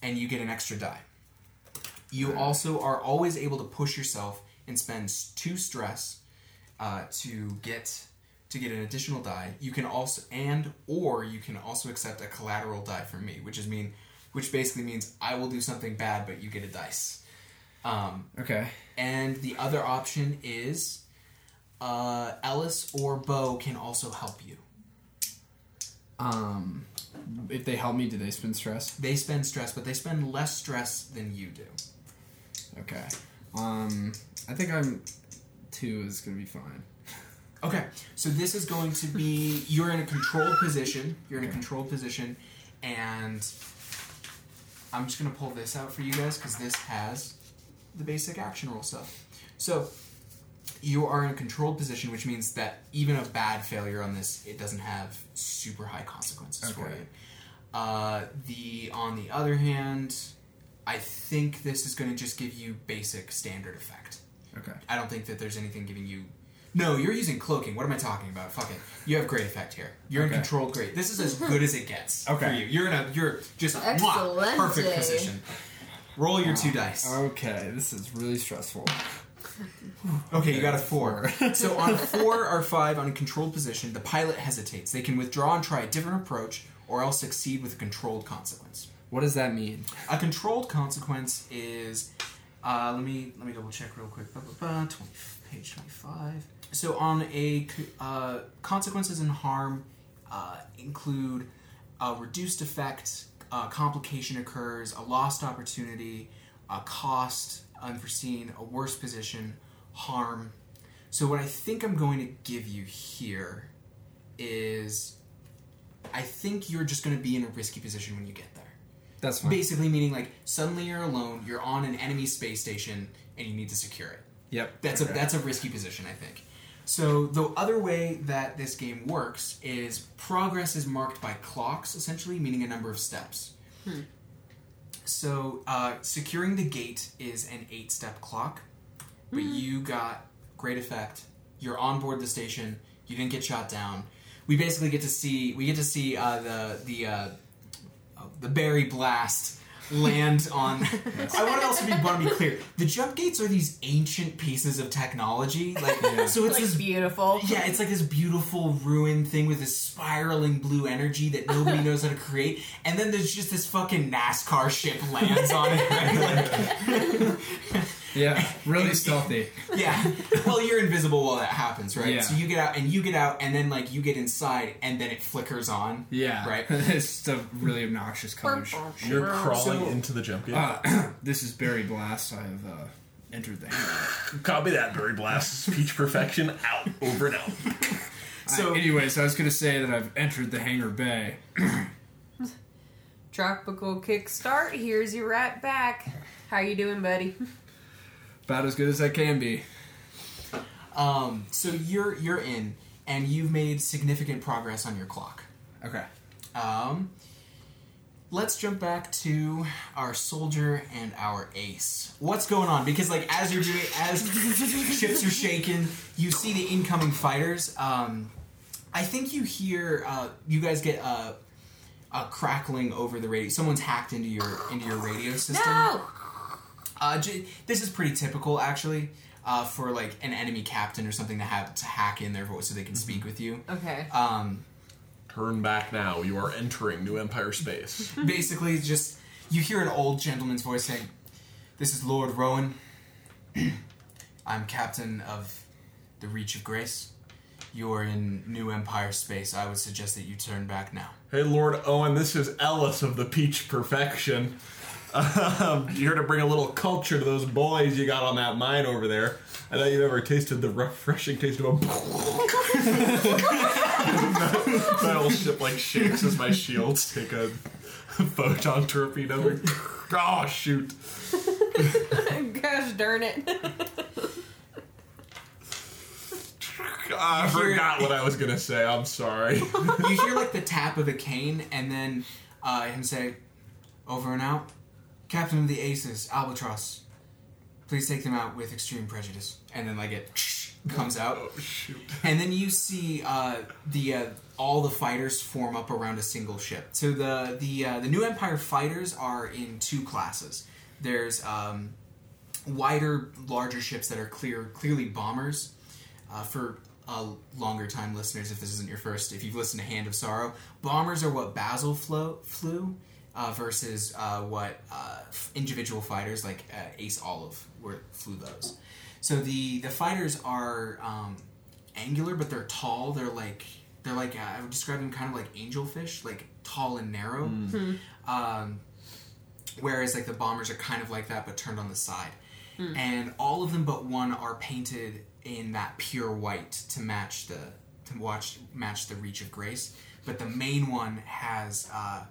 and you get an extra die. You also are always able to push yourself and spend s- two stress uh, to get to get an additional die. You can also and or you can also accept a collateral die from me, which is mean, which basically means I will do something bad, but you get a dice. Um,
Okay.
and the other option is uh, Ellis or Bo can also help you.
Um, if they help me, do they spin stress?
They spend stress, but they spend less stress than you do.
Okay. Um, I think I'm two is gonna be fine.
Okay, so this is going to be you're in a controlled position. You're in a controlled position, and I'm just gonna pull this out for you guys because this has the basic action roll stuff. So you are in a controlled position, which means that even a bad failure on this, it doesn't have super high consequences for
Okay.
you. Uh, the on the other hand, I think this is gonna just give you basic standard effect.
Okay.
I don't think that there's anything giving you. No, you're using cloaking. What am I talking about? Fuck it. You have great effect here. You're
Okay.
in controlled great. This is as good as it gets for
Okay.
you. You're in a you're just mwah,
Excellent.
Uh,
perfect position. Roll your two dice.
Okay. This is really stressful.
Okay, you got a four. so on a four or five on a controlled position, the pilot hesitates. They can withdraw and try a different approach, or else succeed with a controlled consequence.
What does that mean?
A controlled consequence is, uh, let me let me double check real quick. Ba, ba, ba, 20, page twenty-five. So on a c- uh, consequences and harm uh, include a reduced effect, a complication occurs, a lost opportunity, a cost unforeseen, a worse position, harm. So what I think I'm going to give you here is, I think you're just going to be in a risky position when you get there.
That's fine.
Basically, meaning like suddenly you're alone, you're on an enemy space station, and you need to secure it.
Yep.
That's a that's a risky position, I think. So the other way that this game works is progress is marked by clocks, essentially meaning a number of steps. So uh, securing the gate is an eight-step clock, but you got great effect. You're on board the station. You didn't get shot down. We basically get to see we get to see uh, the the uh, uh, the berry blast land on. I want to also be want to be clear. The jump gates are these ancient pieces of technology, like so it's
Like
this
beautiful.
yeah, it's like this beautiful ruined thing with this spiraling blue energy that nobody knows how to create, and then there's just this fucking NASCAR ship lands on it. right? Like-
Yeah. Really stealthy.
yeah. Well, you're invisible while that happens, right?
Yeah.
So you get out, and you get out, and then like you get inside, and then it flickers on.
Yeah.
Right.
it's just a really obnoxious color. sh-
You're crawling
So-
into the jump gate.
Uh, this is Barry Blast. I have uh, entered the hangar.
Copy that, Bird Blast. Peach Perfection out, over and out.
So
I- anyways, I was gonna say that I've entered the hangar bay.
Tropical kickstart. Here's you right back. How you doing, buddy?
About as good as I can be.
um, so you're you're in, and you've made significant progress on your clock.
Okay.
Um, let's jump back to our soldier and our ace. What's going on? Because like as you're doing, as ships are shaken, you see the incoming fighters. Um, I think you hear uh, you guys get a, a crackling over the radio. Someone's hacked into your into your radio system.
No.
Uh, j- this is pretty typical, actually, uh, for like an enemy captain or something to have to hack in their voice so they can speak with you.
Okay.
Um,
Turn back now. You are entering New Empire space.
basically just you hear an old gentleman's voice saying, "This is Lord Rowan. I'm captain of the Reach of Grace. You are in New Empire space. I would suggest that you turn back now."
hey, Lord Owen, this is Ellis of the Peach Perfection. Um, you're here to bring a little culture to those boys you got on that mine over there. I thought you ever tasted the refreshing taste of a metal ship like shakes as my shields take a photon torpedo. Oh shoot!
Gosh darn it.
I forgot what I was gonna say. I'm sorry.
You hear like the tap of a cane, and then uh, him say, "Over and out, captain of the Aces, Albatross. Please take them out with extreme prejudice." And then like it comes out.
Oh shoot!
And then you see uh, the uh, all the fighters form up around a single ship. So the the uh, the New Empire fighters are in two classes. There's um, wider, larger ships that are clear clearly bombers. Uh, for uh, longer time listeners, if this isn't your first, if you've listened to Hand of Sorrow, bombers are what Basil flo- flew uh, versus uh, what uh, f- individual fighters like uh, Ace Olive were, flew those. So the the fighters are um, angular, but they're tall. They're like they're like uh, I would describe them kind of like angelfish, like tall and narrow. Um, whereas like the bombers are kind of like that but turned on the side and all of them but one are painted in that pure white to match the to watch match the reach of grace but the main one has uh,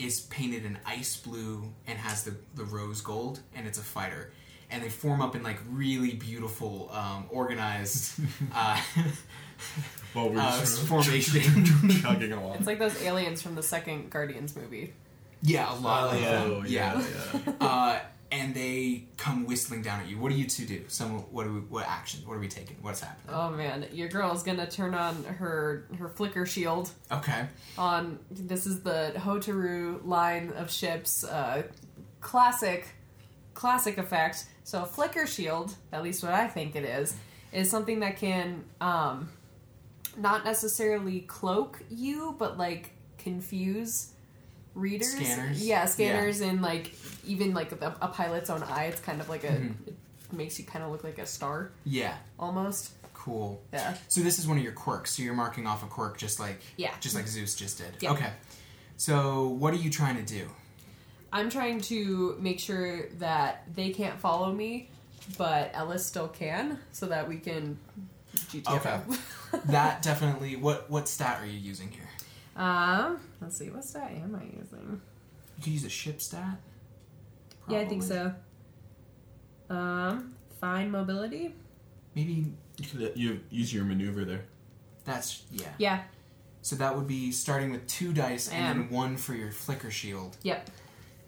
is painted in ice blue and has the, the rose gold and it's a fighter and they form up in like really beautiful um, organized uh,
Well, we we're
Uh,
just
formation.
chugging along.
It's like those aliens from the second Guardians movie.
yeah a lot
Oh,
like that.
yeah, yeah.
uh, and they come whistling down at you. What do you two do? Some what do we, what action? What are we taking? What's happening?
Oh man, your girl's gonna turn on her her flicker shield
Okay,
on this is the Hotaru line of ships, uh, classic classic effect. So a flicker shield, at least what I think it is, is something that can um, not necessarily cloak you, but like confuse readers.
Scanners?
Yeah, scanners and like even like a, a pilot's own eye. It's kind of like a it makes you kind of look like a star
Yeah.
almost.
Cool.
Yeah.
So this is one of your quirks. So you're marking off a quirk just like
Yeah.
just like Zeus just did.
Yeah.
Okay. So what are you trying to do?
I'm trying to make sure that they can't follow me, but Ellis still can, so that we can GTFO.
That definitely what what stat are you using here?
um, let's see, what stat am I using?
You could use a ship stat?
Yeah, I think
probably.
so. Um, fine mobility.
Maybe
You could uh, you use your maneuver there.
that's yeah.
Yeah.
So that would be starting with two dice and
And-
then one for your flicker shield.
Yep.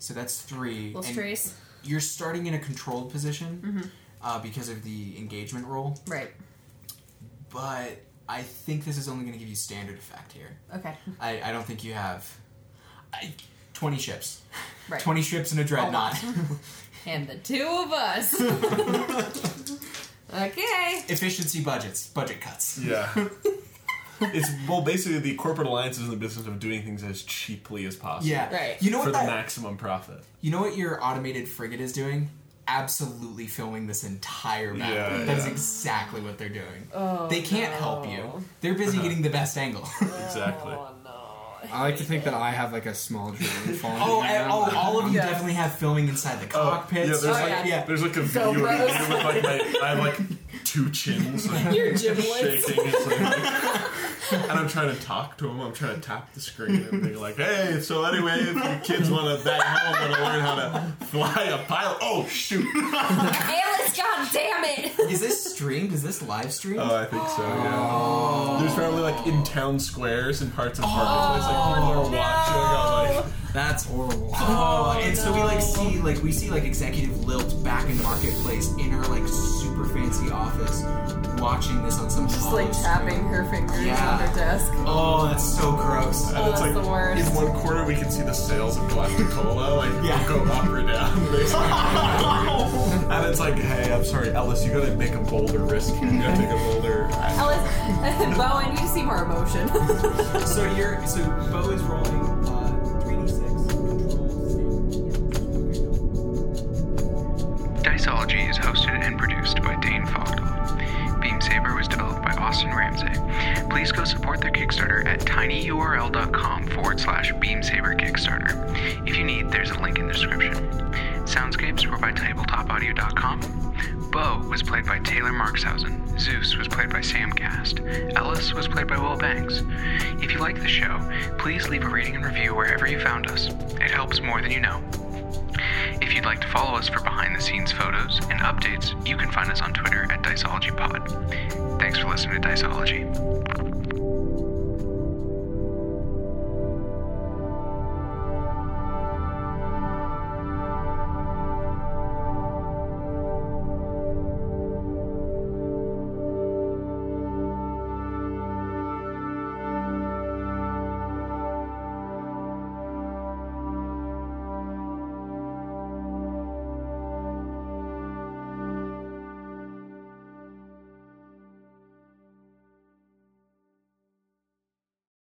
So that's 3
We'll Mm-hmm.
and
trace.
You're starting in a controlled position uh, because of the engagement roll,
Right.
but I think this is only going to give you standard effect here.
Okay.
I, I don't think you have I, 20 ships.
Right. Oh,
20 ships and a dreadnought.
And the two of us. okay.
Efficiency budgets, budget cuts.
Yeah. it's well basically the corporate alliance is in the business of doing things as cheaply as possible.
Yeah.
Right.
You know
For
what that,
the maximum profit.
You know what your automated frigate is doing? Absolutely filming this entire map.
Yeah,
That is
yeah.
exactly what they're doing.
Oh,
they can't help
no.
you. They're busy getting the best angle.
Exactly.
Oh no.
I like to think that I have like a small drone falling.
oh,
down.
and, oh, all of you
Yeah.
definitely have filming inside the cockpits.
Oh, yeah, there's
like-
yeah.
yeah.
There's like a
So
video of
gross.
me with like my, I have like two chins like,
You're giblets.
shaking. It's like, and I'm trying to talk to him. I'm trying to tap the screen and they're like, "Hey, so anyway, if your kids want to that home and learn how to fly a pilot, oh shoot!"
Alice, god damn it!
Is this streamed? Is this live streamed?
Oh, I think so. Yeah.
Oh.
There's probably like in town squares and parts of apartments. like people
Oh,
are watching. I'm like,
That's horrible. Oh, and so we like see like we see like executive lilt back in marketplace in her like super fancy office, watching this on some
Just like
hollow
tapping
screen.
her fingers
Yeah.
on her desk.
Oh, that's so gross.
and it's
that's
like
the worst.
in one corner we can see the sales of Galactic Cola like
Yeah.
go up or down basically. and it's like, hey, I'm sorry, Ellis, you gotta make a bolder risk. here. You gotta take a bolder.
Ellis, Bowen, you see more emotion.
So you're so Bo is rolling uh, three d six controls.
Diceology is hosted and produced by Dane Fogdell. Beam Saber was developed by Austin Ramsey. Please go support their Kickstarter at tinyurl.com forward slash Beamsaber Kickstarter. If you need, there's a link in the description. Soundscapes were by tabletopaudio.com. Bo was played by Taylor Markshausen. Zeus was played by Sam Cast. Ellis was played by Will Banks. If you like the show, please leave a rating and review wherever you found us. It helps more than you know. If you'd like to follow us for behind the scenes photos and updates, you can find us on Twitter at DiceologyPod. Thanks for listening to Diceology.